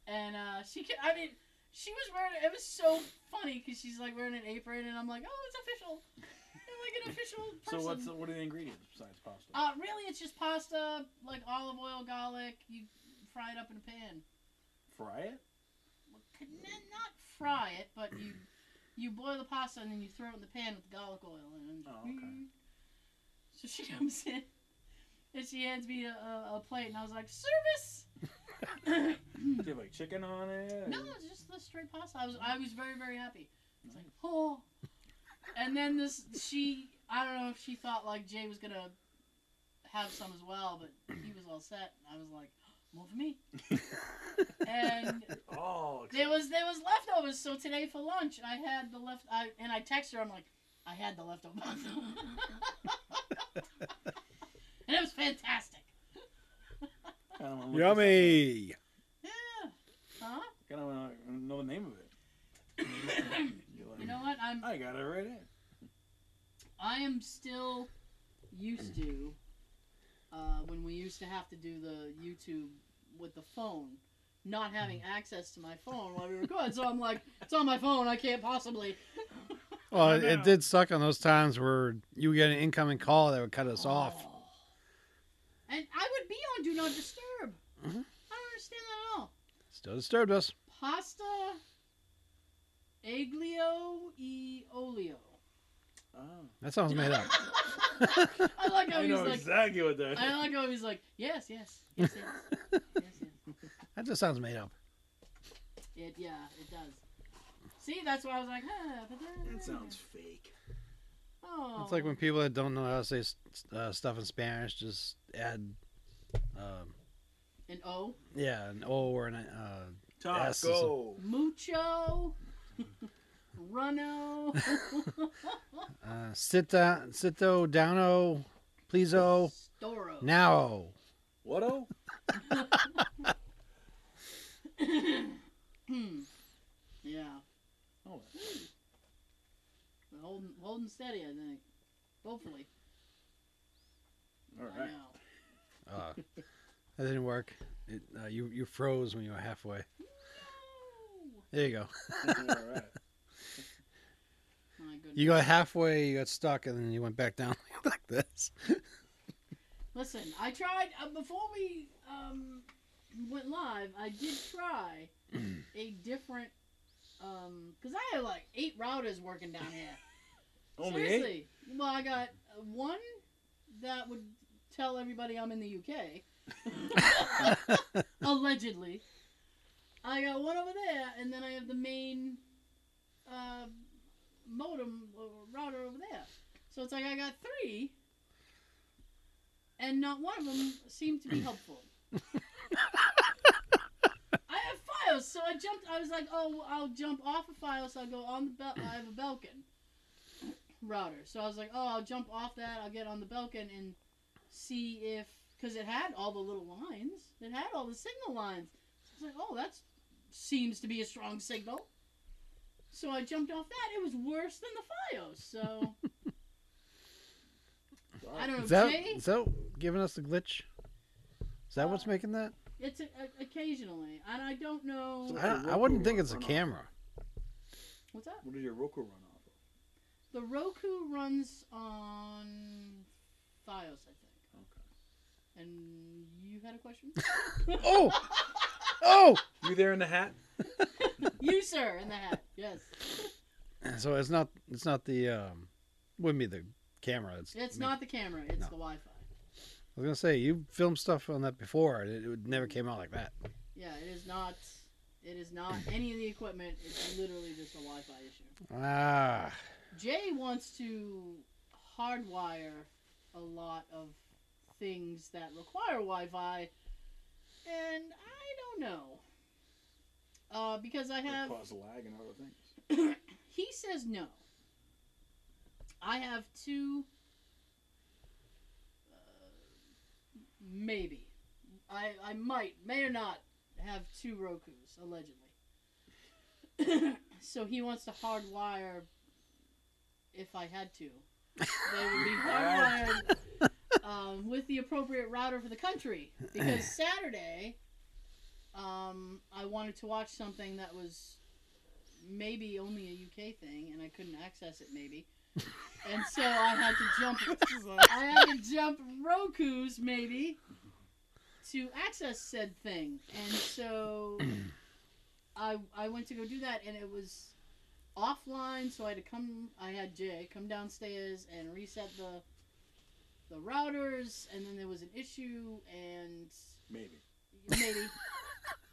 And uh, she, ca- I mean, she was wearing. It was so funny because she's like wearing an apron, and I'm like, oh, it's official. I'm like an official person. So what's the, what are the ingredients besides pasta? Uh, really, it's just pasta, like olive oil, garlic. You fry it up in a pan. Fry it. Well, could n- not fry it, but you you boil the pasta and then you throw it in the pan with the garlic oil and. Oh, okay. So she comes in and she hands me a, a, a plate, and I was like, "Service." Do you have like chicken on it? No, it's just the straight pasta. I was I was very very happy. I was like, oh. And then this she I don't know if she thought like Jay was gonna have some as well, but he was all set. And I was like, more for me. and Oh, there was there was leftovers. So today for lunch I had the left. I and I text her. I'm like, I had the leftover pasta, and it was fantastic. Kind of wanna look this Yummy. Yeah. Huh? up. Kind of wanna know the name of it. You're like, You know what? I'm I got it right in. I am still used to uh, when we used to have to do the YouTube with the phone, not having Mm. access to my phone while we record. So I'm like, it's on my phone. I can't possibly. Well, I it know. did suck on those times where you would get an incoming call that would cut us off. Oh. And I would be on Do Not Disturb. I Mhm. don't understand that at all. Still disturbed us. Pasta aglio e olio. Oh. That sounds made up. I like how I he's know like. exactly what that is. I like how he's like. Yes, yes, yes, yes, yes, yes. That just sounds made up. It yeah, it does. See, that's why I was like, huh, but then- That sounds fake. Oh, It's like when people that don't know how to say s- uh, stuff in Spanish just add, um, an O. yeah, an O or an. Uh, Yes, it's Taco. Mucho, Runo, Uh, sit down, sit though, down, oh, please, oh, Storo. now. What? Oh, Hmm. yeah. Oh. But holding, holding steady, I think. Hopefully. All By right. now. Uh, that didn't work. It, uh, you you froze when you were halfway. Oh, There you go. All right. My goodness. You got halfway, you got stuck, and then you went back down like this. Listen, I tried uh, before we um, went live. I did try a different um because I had like eight routers working down here. Only Seriously. eight? Well, I got uh, one that would tell everybody I'm in the UK. Allegedly. I got one over there, and then I have the main uh, modem or router over there. So it's like I got three, and not one of them seemed to be helpful. I have Fios, so I jumped. I was like, oh, I'll jump off of Fios. I'll go on the bel. I have a Belkin router. So I was like, oh, I'll jump off that. I'll get on the Belkin and see if because it had all the little lines. It had all the signal lines. So I was like, oh, that seems to be a strong signal. So I jumped off that. It was worse than the Fios. So I don't know. Is that, Jay, is that giving us the glitch? Is that what's Uh, making that? it's a, a, occasionally, and I don't know So- I, the I wouldn't Roku think it's a or not. camera. what's up. What did your Roku run off of? The Roku runs on Fios, I think. Okay. And you had a question? Oh! Oh! You there in the hat? you, sir, in the hat. Yes. So it's not it's not the um wouldn't be the camera. It's It's I mean, not the camera, it's No. the Wi Fi. I was gonna say you filmed stuff on that before. and It, it would- never came out like that. Yeah, it is not. It is not any of the equipment. It's literally just a Wi-Fi issue. Ah, Jay wants to hardwire a lot of things that require Wi-Fi, and I don't know. Uh, because I have, Cause lag and other things. he says no. I have two, uh, maybe. I, I might, may or not, have two Rokus, allegedly. so he wants to hardwire, if I had to. They would be hardwired um, with the appropriate router for the country. Because Saturday, um, I wanted to watch something that was maybe only a UK thing, and I couldn't access it, maybe. And so I had to jump. I had to jump Roku's maybe to access said thing, and so I I went to go do that, and it was offline. So I had to come. I had Jay come downstairs and reset the the routers, and then there was an issue, and Maybe. maybe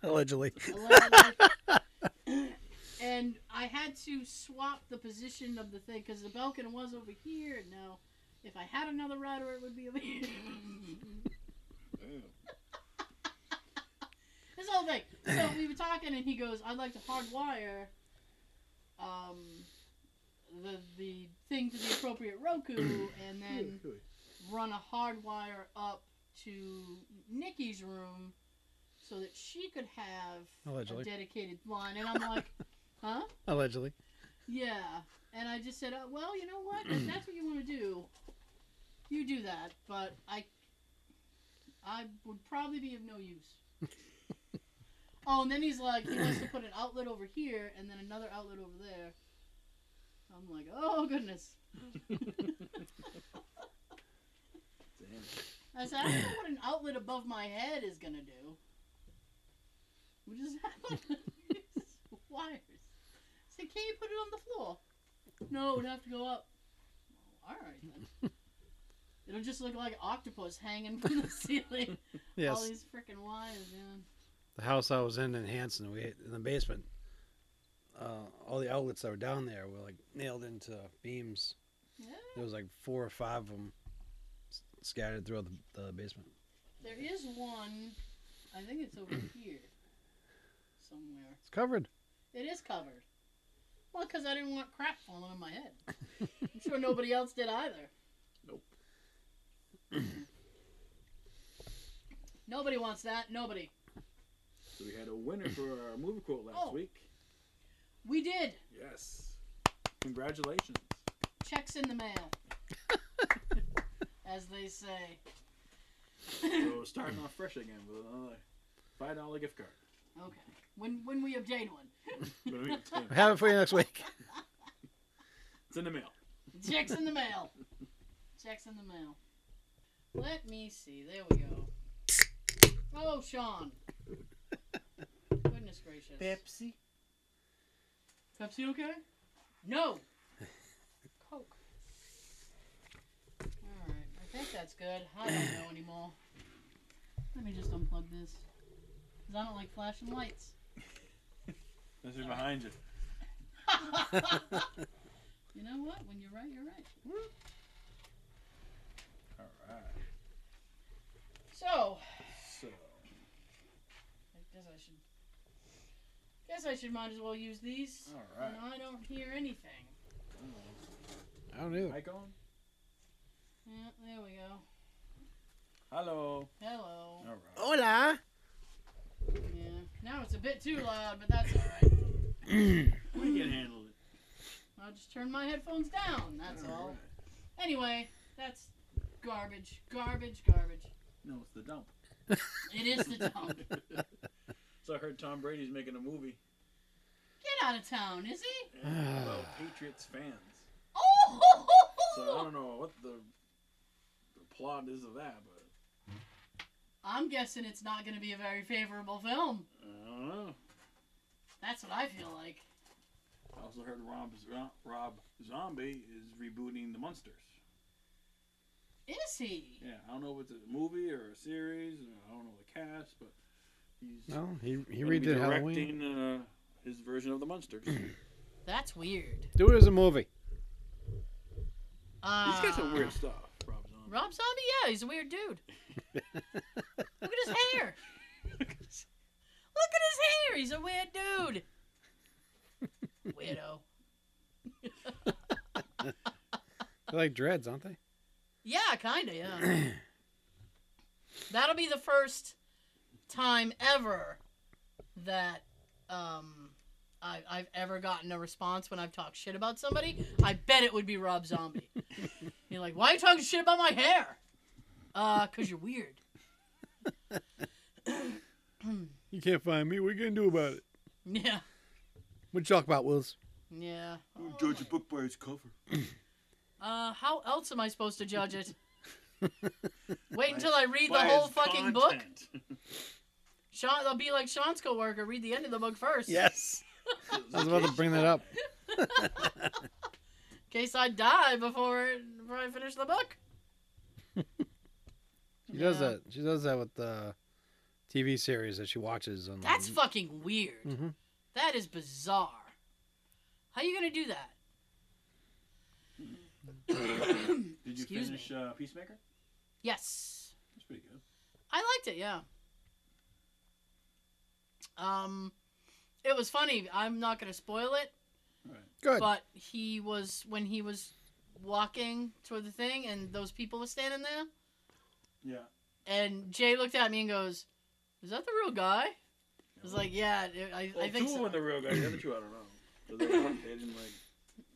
allegedly. Allegedly. and I had to swap the position of the thing because the Belkin was over here. And now, if I had another router, it would be over here. this whole thing. So we were talking, and he goes, "I'd like to hardwire um, the the thing to the appropriate Roku, and then." run a hard wire up to Nikki's room so that she could have Allegedly. a dedicated line. And I'm like, huh? Allegedly. Yeah. And I just said, uh, well, you know what? If that's what you want to do, you do that. But I, I would probably be of no use. oh, and then he's like, he wants to put an outlet over here and then another outlet over there. I'm like, oh goodness. Damn. I said, I don't know what an outlet above my head is gonna do. We just have wires. I said, can you put it on the floor? No, it would have to go up. All right then. It'll just look like an octopus hanging from the ceiling. All Yes. these freaking wires, man. the house I was in in Hanson, we in the basement. Uh, all the outlets that were down there were like nailed into beams. Yeah. There was like four or five of them scattered throughout the, the basement. There is one. I think it's over here somewhere. It's covered. It is covered. Well, because I didn't want crap falling on my head. I'm sure nobody else did either. Nope. Nobody wants that. Nobody. So we had a winner for our movie quote last Oh. week. We did. Yes. Congratulations. Checks in the mail. As they say. So starting off fresh again with another five dollar gift card. Okay. When when we obtain one. But I mean, it's in- We have it for you next week. It's in the mail. Checks in the mail. Checks in the mail. Let me see. There we go. Oh, Sean. Goodness gracious. Pepsi. Pepsi okay? No. Coke. All right. I think that's good. I don't know anymore. Let me just unplug this. Cause I don't like flashing lights. This is behind you. You know what? When you're right, you're right. All right. So, So I guess I should. Guess I should might as well use these. all And right. I don't hear anything. I don't either. Mic on. Yeah, there we go. Hello. Hello. All right. Hola. Yeah. Now it's a bit too loud, but that's alright. We can handle it. I'll just turn my headphones down. That's All all. right. Anyway, that's garbage, garbage, garbage. No, it's the dump. It is the dump. So I heard Tom Brady's making a movie Get out of town, is he? about Patriots fans. Oh! So I don't know what the, the plot is of that, but I'm guessing it's not going to be a very favorable film. I don't know. That's what I feel like. I also heard Rob, Zo- Rob Zombie is rebooting The Munsters. Is he? Yeah, I don't know if it's a movie or a series. and I don't know the cast, but he's No, he he gonna be redid Halloween. directing uh, his version of The Munsters. That's weird. Do it as a movie. Uh, he's got some weird stuff, Rob Zombie. Rob Zombie, yeah, he's a weird dude. Look at his hair. Look at his hair. He's a weird dude. Weirdo. They're like dreads, aren't they? Yeah, kind of, yeah. That'll be the first time ever that um, I, I've ever gotten a response when I've talked shit about somebody. I bet it would be Rob Zombie. you're like, why are you talking shit about my hair? Uh, because you're weird. You can't find me. What are you gonna do about it? Yeah. What you talk about, Wills? Yeah. Oh, my- book by its cover. Uh, how else am I supposed to judge it? Wait until I read the By whole its fucking book. content. Sean, I'll be like Sean's coworker. Read the end of the book first. Yes. I was about to bring that up. In case I die before, before I finish the book. Mm-hmm. She does Yeah. that. She does that with the TV series that she watches. On That's fucking weird. Mm. Mhm. That is bizarre. How you gonna do that? Did you Excuse finish me. uh, Peacemaker? Yes, That's pretty good. I liked it. Yeah. Um, it was funny. I'm not gonna spoil it, good. but he was when he was walking toward the thing, and those people were standing there. Yeah. And Jay looked at me and goes, "Is that the real guy?" I was like, "Yeah, I, Well, I think two so." were the real guys. The other two, I don't know. They, they didn't like.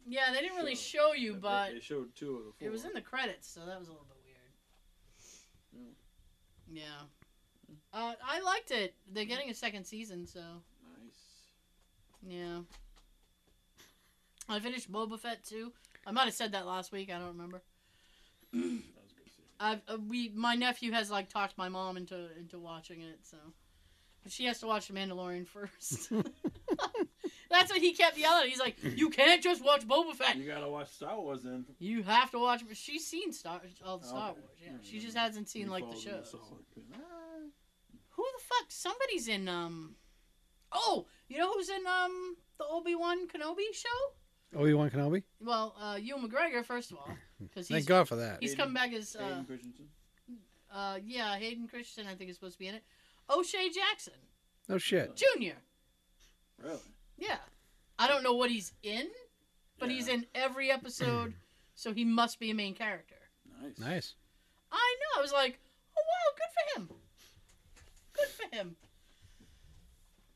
yeah, they didn't really show Sure. you, they- but they showed two of the four. It was in the credits, so that was a little bit weird. Yeah. Uh, I liked it. They're getting a second season, so nice. yeah. I finished Boba Fett too. I might have said that last week. I don't remember. That was good. series. I've uh, we my nephew has like talked my mom into into watching it, so but she has to watch The Mandalorian first. That's what he kept yelling. He's like, "You can't just watch Boba Fett. You gotta watch Star Wars then. You have to watch." She's seen Star all the Star Okay. Wars. Yeah, Yeah, she just yeah. hasn't seen like the Meatballs and shows. salad. Ah. Who the fuck? Somebody's in um. Oh, you know who's in um the Obi Wan Kenobi show? Obi Wan Kenobi. Well, uh, Ewan McGregor first of all, because Thank he's God for that. he's Hayden- coming back as uh, Hayden Christensen. uh yeah Hayden Christensen I think is supposed to be in it. O'Shea Jackson No shit. Jr. Really? Yeah, I don't know what he's in, but he's Yeah. in every episode, so he must be a main character. Nice. Nice. I know. I was like, oh wow, good for him. Good for him.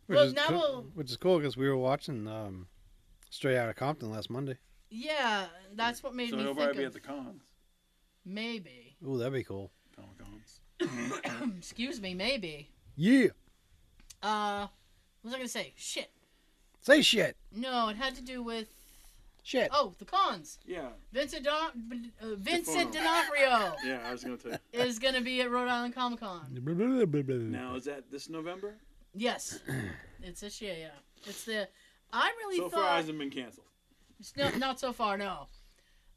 Which Well, is now cool, we'll- which is cool because we were watching um, Straight Outta Compton last Monday. Yeah, that's what made So me he'll think probably of be at the cons. maybe. Ooh, that'd be cool. Comic cons. Excuse me, maybe. Yeah, Uh, what was I gonna say? Shit. say shit, No, it had to do with shit. oh the cons. Yeah, Vincent Don- uh, Vincent Defoe. D'Onofrio yeah. I was gonna tell you. is gonna be at Rhode Island Comic Con. Now is that this November? Yes, it's this year. Yeah, it's the. I really So far, thought hasn't been canceled. It's not, not so far, no.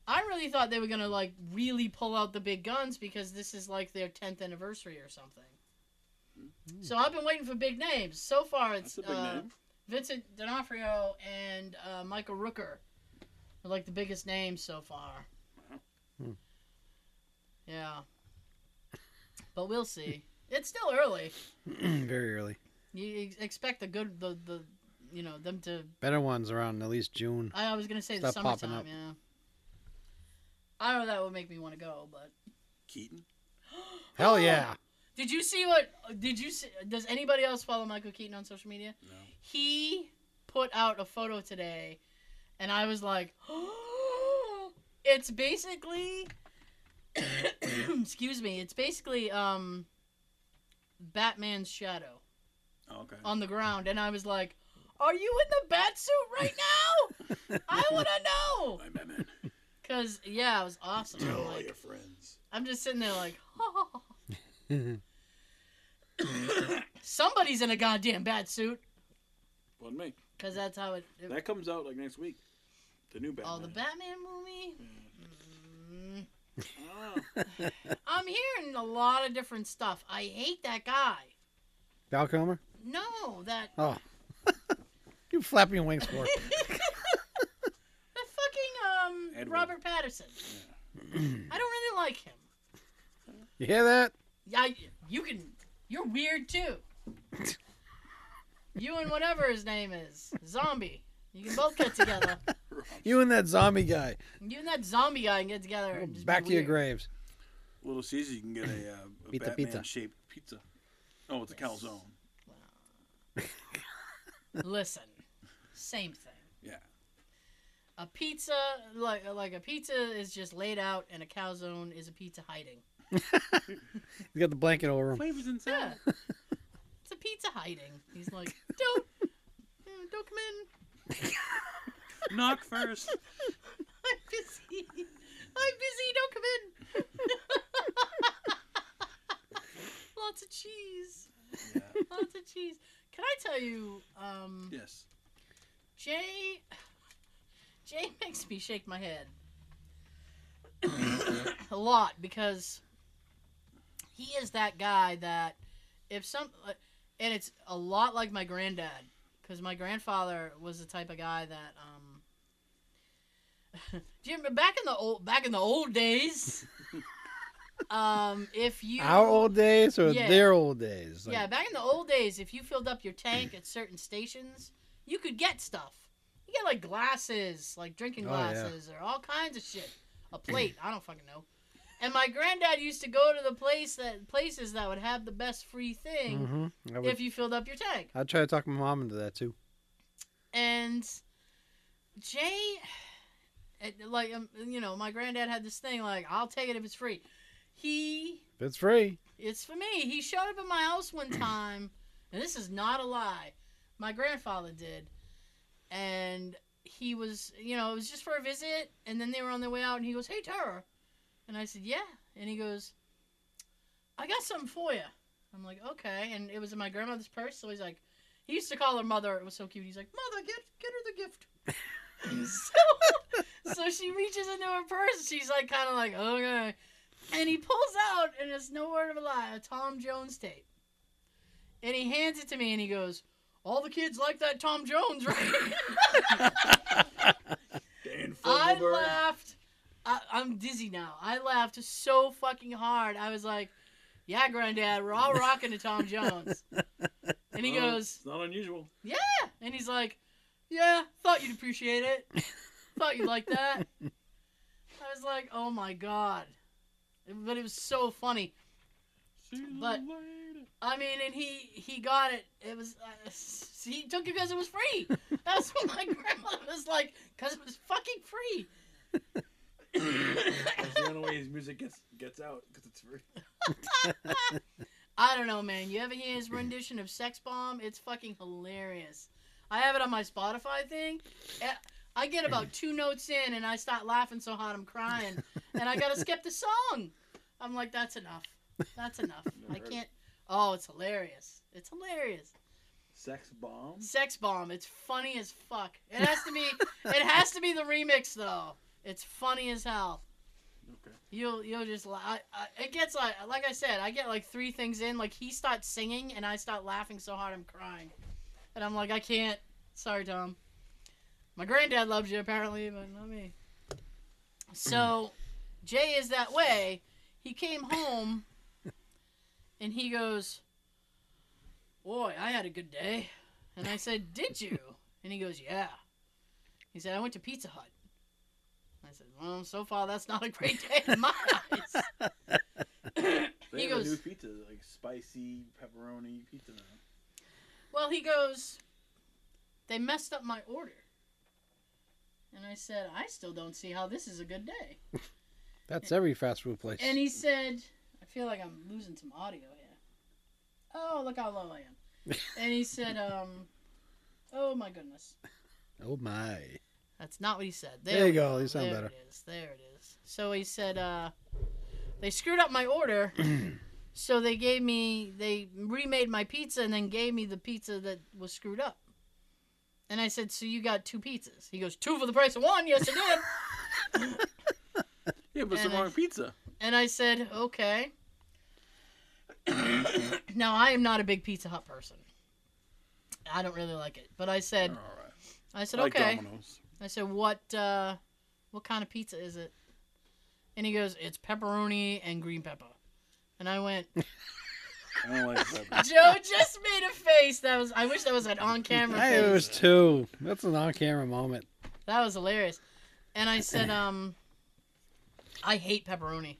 I really thought they were gonna like really pull out the big guns because this is like their tenth anniversary or something. So I've been waiting for big names. So far, it's Mm-hmm. That's a big uh, name. Vincent D'Onofrio and uh, Michael Rooker are like the biggest names so far. Hmm. Yeah, but we'll see. it's still early. Very early. You ex- expect the good, the the, you know, them to Better ones around at least June. I I was gonna say Stop the popping summertime, up. yeah. I know that would make me want to go, but Keaton. Oh. Hell yeah. did you see what? Did you see? Does anybody else follow Michael Keaton on social media? No. He put out a photo today, and I was like, it's basically, excuse me, it's basically um, Batman's shadow Oh, okay. on the ground, and I was like, are you in the bat suit right now? I want to know. I'm Batman. Cause yeah, it was awesome. Tell all like, your friends. I'm just sitting there like, somebody's in a goddamn bat suit, Pardon me. cause that's how it. it- That comes out like next week. The new Batman. oh, the Batman movie. Mm, Ah, I'm hearing a lot of different stuff. I hate that guy. Val Kilmer? No, that Oh. you flapping your wings for. that fucking um Edward. Robert Patterson. I don't really like him. You hear that? Yeah, you can. You're weird too. you and whatever his name is, zombie. You can both get together. You and that zombie guy. You and that zombie guy can get together. And just Back be to your weird. graves. Little Caesar, you can get a, uh, a Pizza, pizza. Batman shaped pizza. Oh, it's a calzone. Listen, same thing. Yeah. A pizza, like like a pizza, is just laid out, and a calzone is a pizza hiding. You got the blanket over him. Flavors Yeah, inside. it's a pizza hiding. He's like, don't, mm, don't come in. Knock first. I'm busy. I'm busy. Don't come in. Lots of cheese. Yeah. Lots of cheese. Can I tell you? Um, Yes. Jay Jay makes me shake my head a lot because he is that guy that if some and it's a lot like my granddad because my grandfather was the type of guy that um Jim back in the old back in the old days um if you Our old days or Yeah. their old days? Like, yeah, back in the old days, if you filled up your tank at certain stations, you could get stuff. You get like glasses, like drinking Oh, yeah. glasses, or all kinds of shit. A plate, I don't fucking know. And my granddad used to go to the place that places that would have the best free thing mhm. I would, if you filled up your tank. I'd try to talk my mom into that too. And Jay, it- like um, you know, my granddad had this thing like, "I'll take it if it's free." He If it's free. It's for me. He showed up at my house one time, and this is not a lie. My grandfather did, and he was, you know, it was just for a visit. And then they were on their way out, and he goes, "Hey, Tara," and I said, "Yeah," and he goes, "I got something for you." I'm like, "Okay," and it was in my grandmother's purse. So he's like, he used to call her mother. It was so cute. He's like, "Mother, get get her the gift." so, so she reaches into her purse. She's like, kind of like, "Okay." And he pulls out, and it's no word of a lie, a Tom Jones tape. And he hands it to me, and he goes, "All the kids like that Tom Jones, right?" Dan I Fogelberg. laughed. I, I'm dizzy now. I laughed so fucking hard. I was like, "Yeah, granddad, we're all rocking to Tom Jones." And he Well, goes, Oh, It's not unusual. and he's like, "Yeah, thought you'd appreciate it. thought you'd like that." I was like, "Oh my god!" But it was so funny. See you But- later. I mean, and he he got it. It was uh, s- he took it because it was free. That's what my grandmother was like, because it was fucking free. That's the only way his music gets gets out because it's free. I don't know, man. You ever hear his rendition of Sex Bomb? It's fucking hilarious. I have it on my Spotify thing. Eh, I get about two notes in and I start laughing so hard I'm crying. And I gotta skip the song. I'm like, that's enough. That's enough. I can't. Oh, it's hilarious. It's hilarious. Sex bomb. Sex Bomb. It's funny as fuck. It has to be. it has to be the remix though. It's funny as hell. Okay. You'll you'll just la- I, I, it gets like like I said I get like three things in like he starts singing and I start laughing so hard I'm crying, and I'm like I can't. Sorry, Tom. My granddad loves you apparently, but not me. So, Jay is that way. He came home, and he goes, "Boy, I had a good day," and I said, "Did you?" And he goes, "Yeah." He said, "I went to Pizza Hut." I said, "Well, so far that's not a great day in my eyes." They He have goes- a new pizza, like spicy pepperoni pizza now. Well, he goes, they messed up my order. And I said, I still don't see how this is a good day. That's every fast food place. And he said, I feel like I'm losing some audio here. Oh, look how low I am. and he said, um, oh my goodness. oh my! That's not what he said. There you we go. You sound there better. It is. There it is. So he said, uh, they screwed up my order. so they gave me, they remade my pizza and then gave me the pizza that was screwed up. And I said, so you got two pizzas? He goes, two for the price of one. Yes, I did. Yeah, but it's And the I- wrong pizza. And I said, okay. now, I am not a big Pizza Hut person. I don't really like it. But I said, Oh, All right. I said, I like okay. Domino's. I said, "What uh, what kind of pizza is it?" And he goes, "It's pepperoni and green pepper." And I went, I don't like pepper. "Joe just made a face that was I wish that was an on-camera Hey, it face. was two. That's an on-camera moment. That was hilarious." And I said, "Um, I hate pepperoni."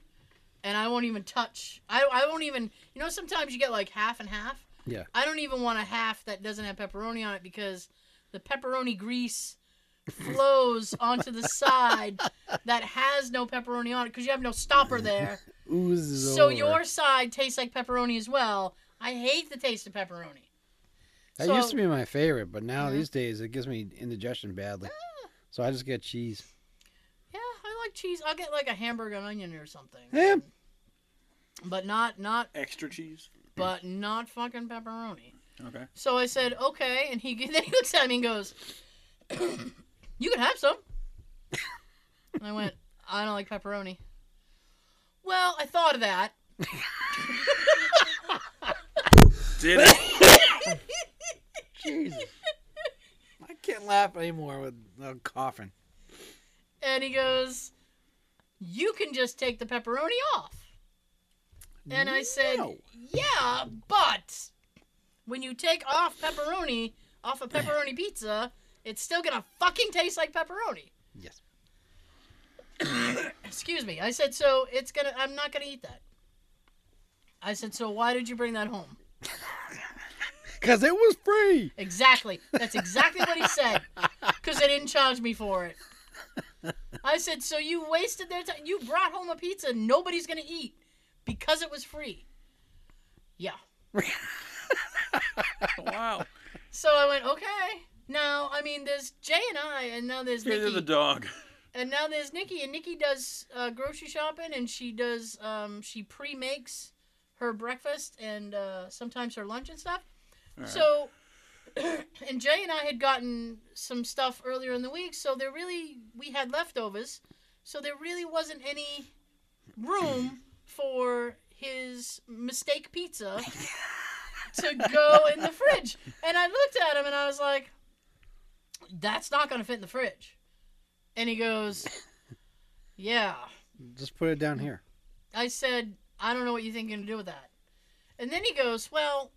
And I won't even touch. I, I won't even. You know, sometimes you get like half and half. Yeah. I don't even want a half that doesn't have pepperoni on it because the pepperoni grease flows onto the side that has no pepperoni on it because you have no stopper there. Oozes So over. your side tastes like pepperoni as well. I hate the taste of pepperoni. that so- used to be my favorite, but now Mhm. these days it gives me indigestion badly. Ah. So I just get cheese. Yeah, I like cheese. I'll get like a hamburger and onion or something. Yeah. But not not Extra cheese. but not fucking pepperoni. Okay. So I said, okay. And he then he looks at me and goes, you can have some. And I went, I don't like pepperoni. Well, I thought of that. Did it? Jesus. I can't laugh anymore with uh, coughing. And he goes, you can just take the pepperoni off. And I said, No. yeah, but when you take off pepperoni off a pepperoni pizza, it's still going to fucking taste like pepperoni. Yes. excuse me i said so it's gonna i'm not gonna eat that i said so why did you bring that home Because it was free. exactly that's exactly what he said because they didn't charge me for it i said so you wasted their time you brought home a pizza nobody's gonna eat because it was free yeah Wow. so i went okay now i mean there's jay and i and now there's Here's Nikki. the dog. and now there's Nikki, and Nikki does uh, grocery shopping, and she does um, she pre-makes her breakfast and uh, sometimes her lunch and stuff. All right. So, and Jay and I had gotten some stuff earlier in the week, so there really we had leftovers, so there really wasn't any room for his mistake pizza to go in the fridge. And I looked at him and I was like, "That's not going to fit in the fridge." And he goes, "Yeah." Just put it down here. I said, I don't know what you think you're gonna do with that. And then he goes, Well,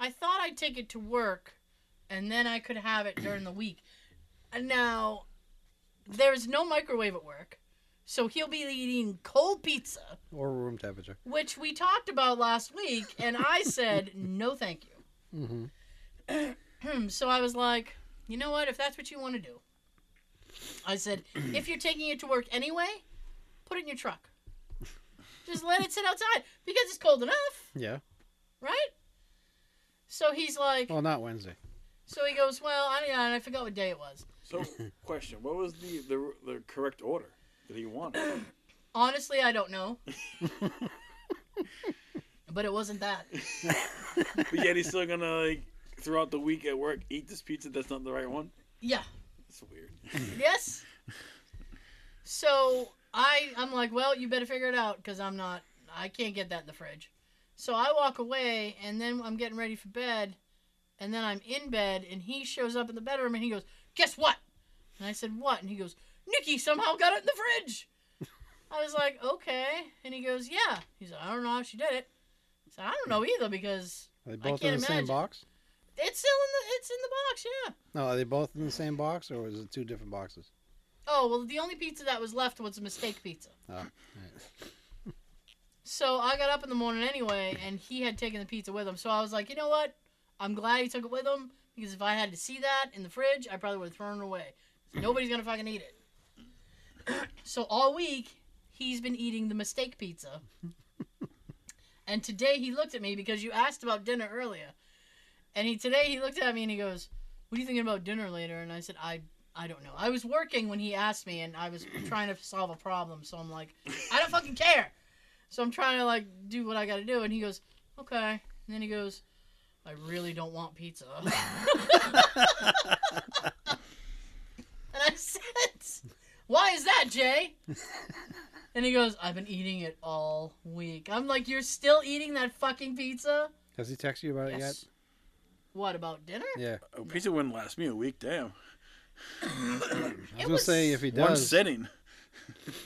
I thought I'd take it to work and then I could have it during the week. And now there is no microwave at work. So he'll be eating cold pizza, or room temperature. which we talked about last week, and I said, no, thank you. hmm so I was like, you know what? If that's what you want to do, I said, if you're taking it to work anyway, put it in your truck. Just let it sit outside because it's cold enough, Yeah. right? So he's like, Well, not Wednesday. so he goes, well, I, I forgot what day it was. So, question: What was the the, the correct order that he wanted? Honestly, I don't know. but it wasn't that. but yet he's still gonna like throughout the week at work eat this pizza that's not the right one. Yeah. That's weird. Yes. So I, I'm like, well, you better figure it out because I'm not, I can't get that in the fridge. So I walk away and then I'm getting ready for bed, and then I'm in bed and he shows up in the bedroom and he goes, guess what? And I said, what? And he goes, Nikki somehow got it in the fridge. I was like, okay. And he goes, yeah. He's like, I don't know how she did it. I said, I don't know either because Are they both in can't the same imagine. box? it's still in the, it's in the box, yeah. No, are they both in the same box, or is it two different boxes? Oh well, the only pizza that was left was a mistake pizza. Oh, alright. So I got up in the morning anyway, and he had taken the pizza with him. So I was like, you know what? I'm glad he took it with him because if I had to see that in the fridge, I probably would have thrown it away. Nobody's gonna fucking eat it. so all week he's been eating the mistake pizza, and today he looked at me because you asked about dinner earlier, and he today he looked at me and he goes, "What are you thinking about dinner later?" And I said, "I I don't know. I was working when he asked me, and I was trying to solve a problem. So I'm like, I don't fucking care. So I'm trying to like do what I got to do, and he goes, okay. And then he goes, I really don't want pizza. and I said, Why is that, Jay? and he goes, I've been eating it all week. I'm like, you're still eating that fucking pizza? Has he texted you about it yet? What about dinner? Yeah. Oh, pizza wouldn't last me a week. Damn. I was gonna say if he One does. sitting.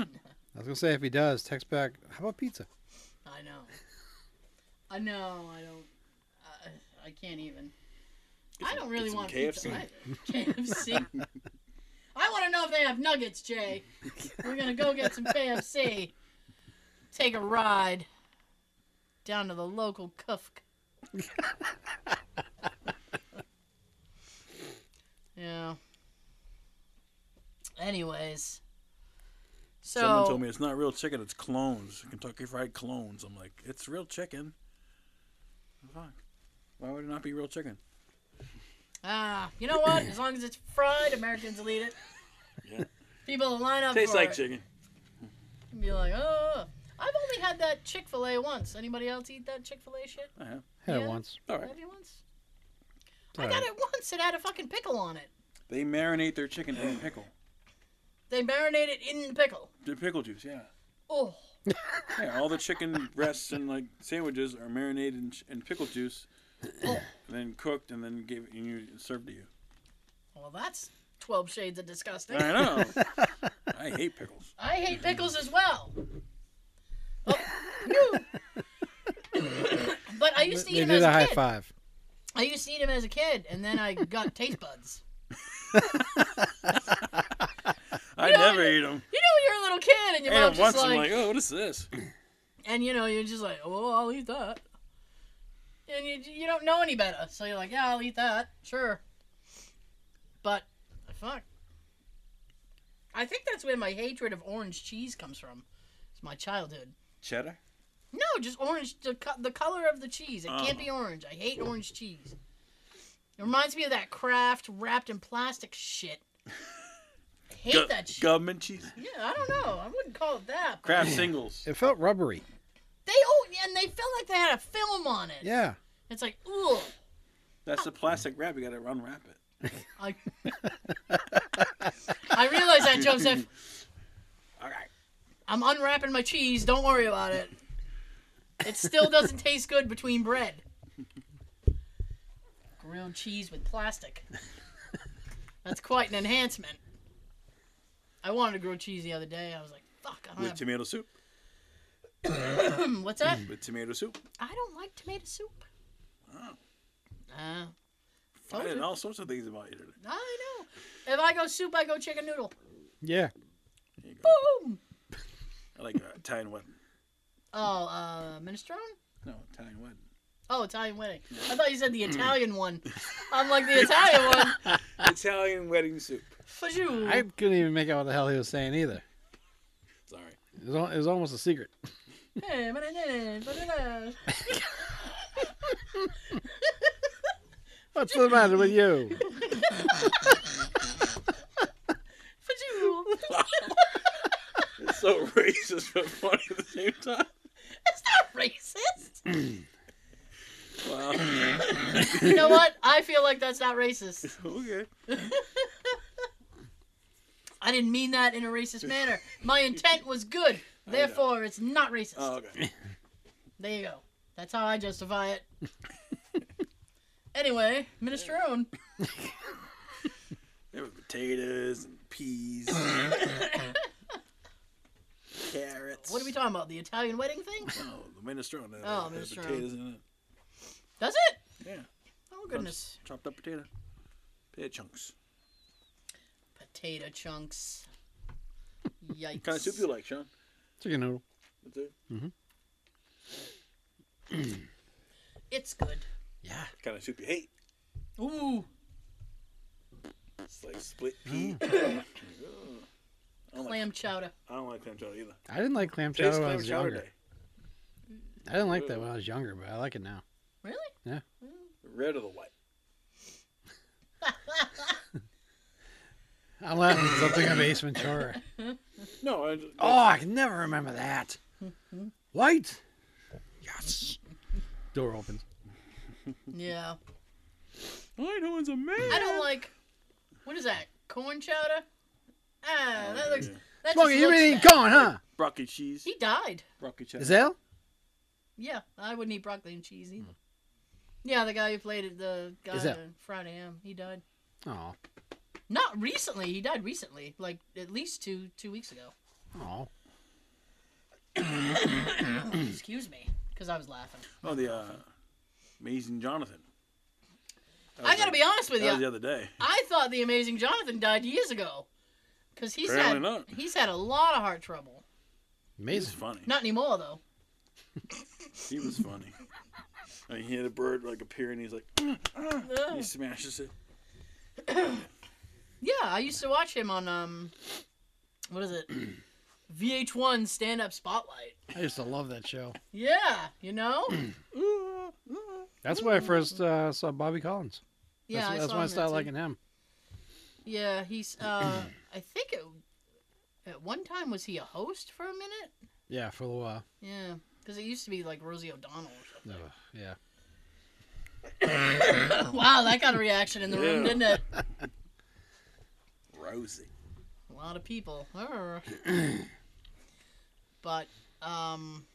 I was gonna say if he does, text back. How about pizza? I know. I know. I don't. I, I can't even. I don't really get some want KFC. pizza. either. KFC. I want to know if they have nuggets, Jay. We're gonna go get some KFC. Take a ride down to the local Kufk. yeah. Anyways. So Someone told me it's not real chicken. It's clones. Kentucky Fried Clones. I'm like, it's real chicken. Fuck. Why would it not be real chicken? Ah, you know what? As long as it's fried, Americans will eat it. Yeah. People will line up Tastes for like it chicken. and be like, "Oh." I've only had that Chick Fil A once. Anybody else eat that Chick Fil A shit? I have. Had Yeah. it once. All right. Have you once? It's I all got right. it once. It had a fucking pickle on it. They marinate their chicken in pickle. They marinate it in the pickle. The pickle juice, yeah. Oh, Yeah, all the chicken breasts and like sandwiches are marinated in, ch- in pickle juice, and then cooked, and then gave and you served to you. well, that's twelve shades of disgusting. I know. I hate pickles. I hate pickles as well. Oh, no. but I used to They eat them did as a a high kid. five. I used to eat them as a kid, and then I got taste buds. I know, never I- eat them. You know, you're a little kid, and your Ate them mom's once. just I'm like, like, oh, what is this? and you know you're just like oh i'll eat that and you, you don't know any better so you're like yeah i'll eat that sure but fuck i think that's where my hatred of orange cheese comes from it's my childhood Cheddar. no just orange the, co- the color of the cheese it can't Oh. be orange i hate orange cheese it reminds me of that craft wrapped in plastic shit I hate Gu- that shit gum and cheese. yeah i don't know i wouldn't call it that but Kraft singles. It felt rubbery. they oh and they felt like they had a film on it Yeah. It's like, ooh, That's the plastic wrap. You gotta unwrap it. I, I realize that, Joseph. All right. I'm unwrapping my cheese. Don't worry about it. It still doesn't taste good between bread. Grilled cheese with plastic. That's quite an enhancement. I wanted a grilled cheese the other day. I was like, fuck, I With don't tomato soup. have, what's that? With tomato soup. I don't like tomato soup. Oh. Uh, I told did you. all sorts of things about you today. I know. If I go soup, I go chicken noodle. Yeah. There you go. Boom. like uh, Italian wedding. Oh, uh, minestrone. No, Italian wedding. Oh, Italian wedding. I thought you said the Italian one. I'm like the Italian one. Italian wedding soup. Fajou. I couldn't even make out what the hell he was saying either. Sorry. It was, al- it was almost a secret. Hey, my name, blah, blah, blah. What's the matter with you? Fajou. It's so racist but funny at the same time. That's not racist. Wow. You know what? I feel like that's not racist. okay. I didn't mean that in a racist manner. My intent was good. know. Therefore, it's not racist. Oh, okay. There you go. That's how I justify it. anyway, minestrone. There were potatoes and peas. carrots. What are we talking about? The Italian wedding thing? Oh, the minestrone. That Oh, had the minestrone. Potatoes in it. Does it? Yeah. Oh goodness. Chopped up potato. Potato chunks. Potato chunks. Yikes. What kind of soup you like, Sean? Chicken noodle. That's it. It's good. Yeah. What kind of soup you hate? Ooh. It's like split pea. I don't like- Clam chowder. I don't like clam chowder either. I didn't like clam Today's chowder when I clam was chowder younger. day. I didn't like that when I was younger, but I like it now. Really? The red or the white? I'm laughing at something of Ace Ventura. No, I just, Oh, I can never remember that. White. Yes. Door opens. Yeah. I know it's a man. I don't like. What is that? Corn chowder? Oh, Ah, that looks. That Smokey, just you looks been eating bad. corn, huh? Broccoli cheese. He died. Broccoli cheddar. Is that? Yeah, I wouldn't eat broccoli and cheese either. Hmm. Yeah, the guy who played it, the guy Is that- on Friday M, he died. Oh. Not recently. He died recently, like at least two two weeks ago. Oh. Excuse me, because I was laughing. Oh, the uh, Amazing Jonathan. That I was gotta the- be honest with That was the you. other day. I thought the Amazing Jonathan died years ago, because he's Apparently had not. he's had a lot of heart trouble. He was Amazing. funny. Not anymore though. He was funny. I mean, he had a bird like appear and he's like, Ugh. he smashes it. Yeah, I used to watch him on um, what is it? VH1 Stand Up Spotlight. I used to love that show. Yeah, you know. That's where I first uh, saw Bobby Collins. Yeah, that's, I that's saw when I him started too. liking him. Yeah, he's. Uh, I think it, at one time was he a host for a minute? Yeah, for a little while. Yeah, because it used to be like Rosie O'Donnell. Or No, yeah. something. wow, that got a reaction in the room, Yeah. didn't it? Rosie. A lot of people. Arr. but um,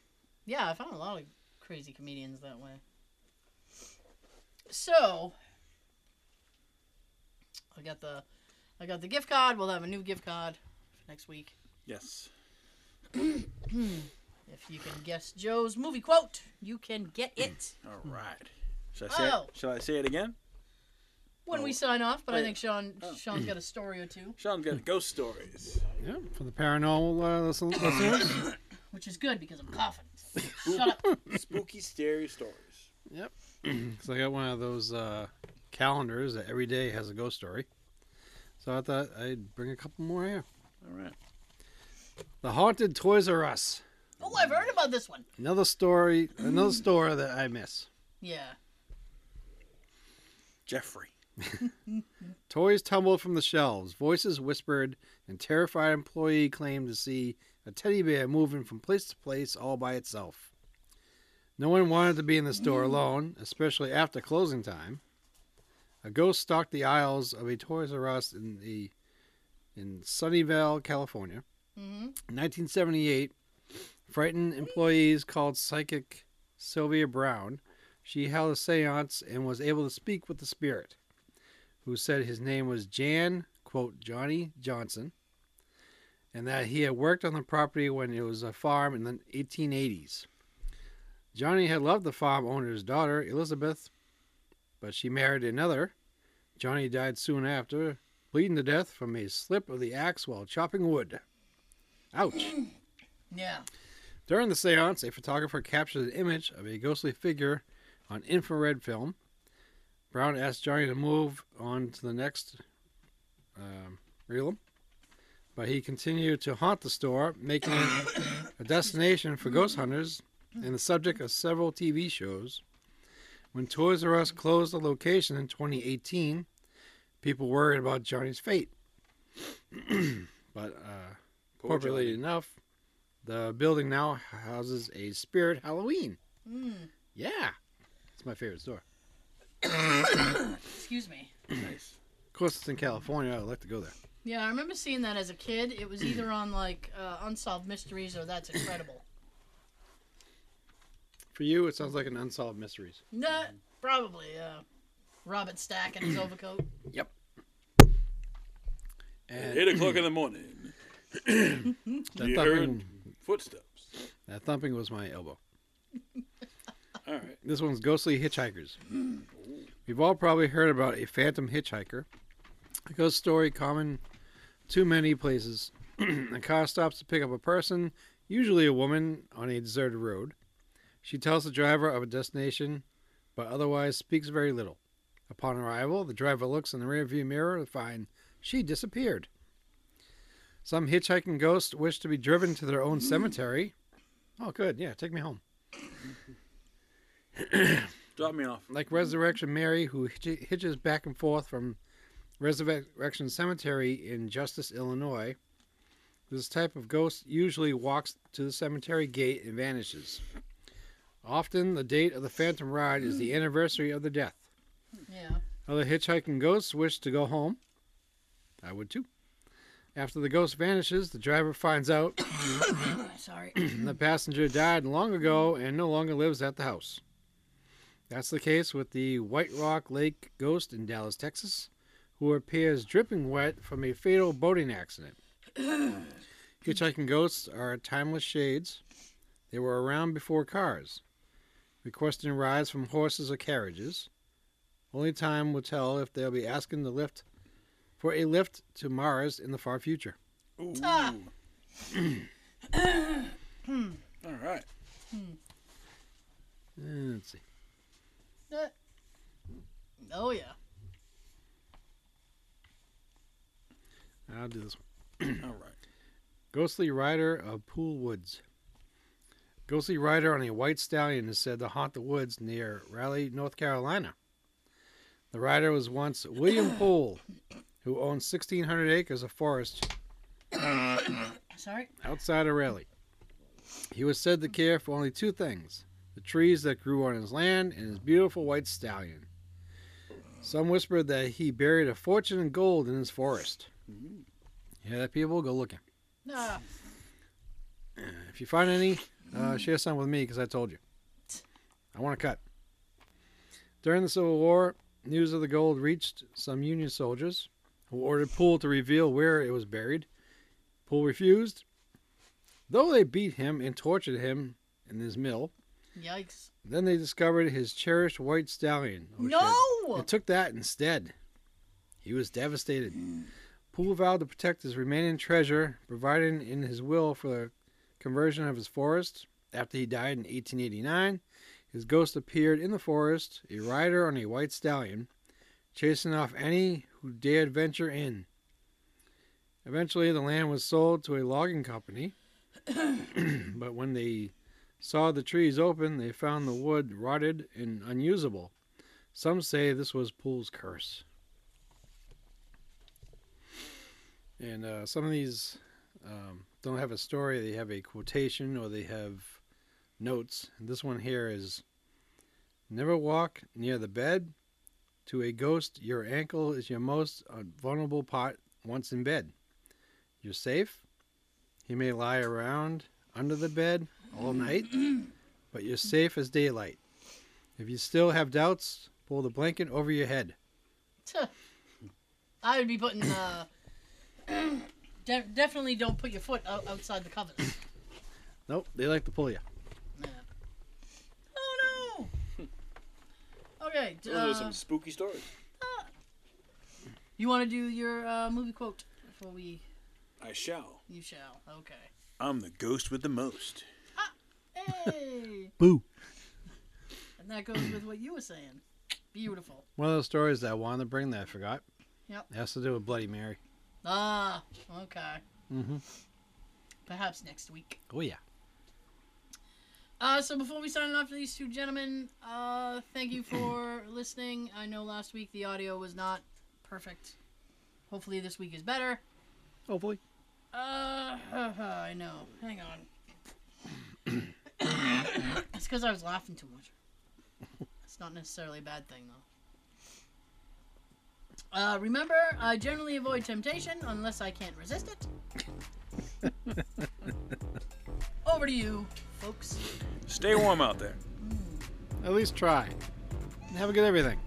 yeah, I found a lot of crazy comedians that way. So I got the I got the gift card. We'll have a new gift card for next week. Yes. If you can guess Joe's movie quote, you can get it All Hmm. right. Shall I say Oh. it? Shall I say it again? when we Oh. sign off. But I Wait. think Sean Oh. Sean's got a story or two, Sean's Hmm. got ghost stories. Yeah, for the paranormal uh, listen- listeners. which is good because I'm coughing. Shut up. Spooky, scary stories. Because I got one of those uh, calendars that every day has a ghost story. So I thought I'd bring a couple more here. All right. The Haunted Toys R Us. Oh, I've heard about this one. Another story, another store that I miss. Yeah. Jeffrey. Toys tumbled from the shelves, voices whispered, and terrified employee claimed to see a teddy bear moving from place to place all by itself. No one wanted to be in the store alone, especially after closing time. A ghost stalked the aisles of a Toys R Us in the in Sunnyvale, California. Mm-hmm. In 1978, frightened employees called psychic Sylvia Brown. She held a seance and was able to speak with the spirit, who said his name was Jan, quote, Johnny Johnson, and that he had worked on the property when it was a farm in the 1880s. Johnny had loved the farm owner's daughter, Elizabeth, but she married another. Johnny died soon after, bleeding to death from a slip of the axe while chopping wood. Ouch. Yeah. During the seance, a photographer captured an image of a ghostly figure on infrared film. Brown asked Johnny to move on to the next um, reel, but he continued to haunt the store, making it a destination for ghost hunters and the subject of several TV shows. When Toys R Us closed the location in 2018, people worried about Johnny's fate. but uh, Poor appropriately Johnny. enough, the building now houses a Spirit Halloween. Mm. Yeah, it's my favorite store. Excuse me. Nice. Of course, it's in California. I'd like to go there. Yeah, I remember seeing that as a kid. It was either on like uh, Unsolved Mysteries or That's Incredible. For you, it sounds like an unsolved mysteries. no, probably. Uh, Robert Stack in his overcoat. And Eight o'clock in the morning. that, You thumping, Footsteps. that thumping was my elbow. All right. This one's Ghostly Hitchhikers. We've all probably heard about a phantom hitchhiker, a ghost story common to many places. a car stops to pick up a person, usually a woman, on a deserted road. She tells the driver of a destination, but otherwise speaks very little. Upon arrival, the driver looks in the rearview mirror to find she disappeared. Some hitchhiking ghosts wish to be driven to their own cemetery. Oh, good. Yeah, take me home. Drop me off. like Resurrection Mary, who hitch- hitches back and forth from Resurrection Cemetery in Justice, Illinois. This type of ghost usually walks to the cemetery gate and vanishes. Often, the date of the phantom ride is the anniversary of the death. Yeah. Other hitchhiking ghosts wish to go home. I would too. After the ghost vanishes, the driver finds out Sorry. the passenger died long ago and no longer lives at the house. That's the case with the White Rock Lake ghost in Dallas, Texas, who appears dripping wet from a fatal boating accident. Hitchhiking ghosts are timeless shades. They were around before cars, requesting rides from horses or carriages. Only time will tell if they'll be asking the lift for a lift to Mars in the far future. Ooh. Ah. All right. Uh, Let's see. Uh, oh yeah. I'll do this one. All right. Ghostly Rider of Pool Woods. Ghostly Rider on a white stallion is said to haunt the woods near Raleigh, North Carolina. The rider was once William Poole, who owned 1,600 acres of forest Sorry. outside of Raleigh. He was said to care for only two things the trees that grew on his land and his beautiful white stallion. Some whispered that he buried a fortune in gold in his forest. Hear that, people? Go looking. Ah. If you find any, uh, share some with me because I told you. I want to cut. During the Civil War, news of the gold reached some Union soldiers who ordered Poole to reveal where it was buried. Poole refused. Though they beat him and tortured him in his mill, Yikes. then they discovered his cherished white stallion. Oh, shit. no. It took that instead. He was devastated. Poole vowed to protect his remaining treasure, providing in his will for the conversion of his forest. After he died in 1889, his ghost appeared in the forest, a rider on a white stallion, chasing off any who dared venture in. Eventually, the land was sold to a logging company, but when they saw the trees open, they found the wood rotted and unusable. Some say this was Poole's curse. And uh, some of these um, don't have a story, they have a quotation or they have notes. And this one here is Never walk near the bed. To a ghost, your ankle is your most uh, vulnerable part once in bed. You're safe. He may lie around under the bed all night, but you're safe as daylight. If you still have doubts, pull the blanket over your head. Tuh. I would be putting. Uh, de- definitely don't put your foot out- outside the covers. Nope, they like to pull you. Yeah. Oh no. Okay. d- Those are Uh, some spooky stories. You want to do your uh, movie quote before we I shall. You shall. Okay. I'm the ghost with the most. Hey! Boo. and that goes with what you were saying. Beautiful. One of those stories that I wanted to bring that I forgot. Yep. It has to do with Bloody Mary. Ah, okay. Mm-hmm. Perhaps next week. Oh yeah. Uh, so before we sign off to these two gentlemen, uh, thank you for listening. I know last week the audio was not perfect. Hopefully this week is better. Hopefully. Uh, I know. Hang on. it's because I was laughing too much. It's not necessarily a bad thing, though. Uh, remember, I generally avoid temptation unless I can't resist it. Over to you, folks. Stay warm out there. At least try. Have a good everything.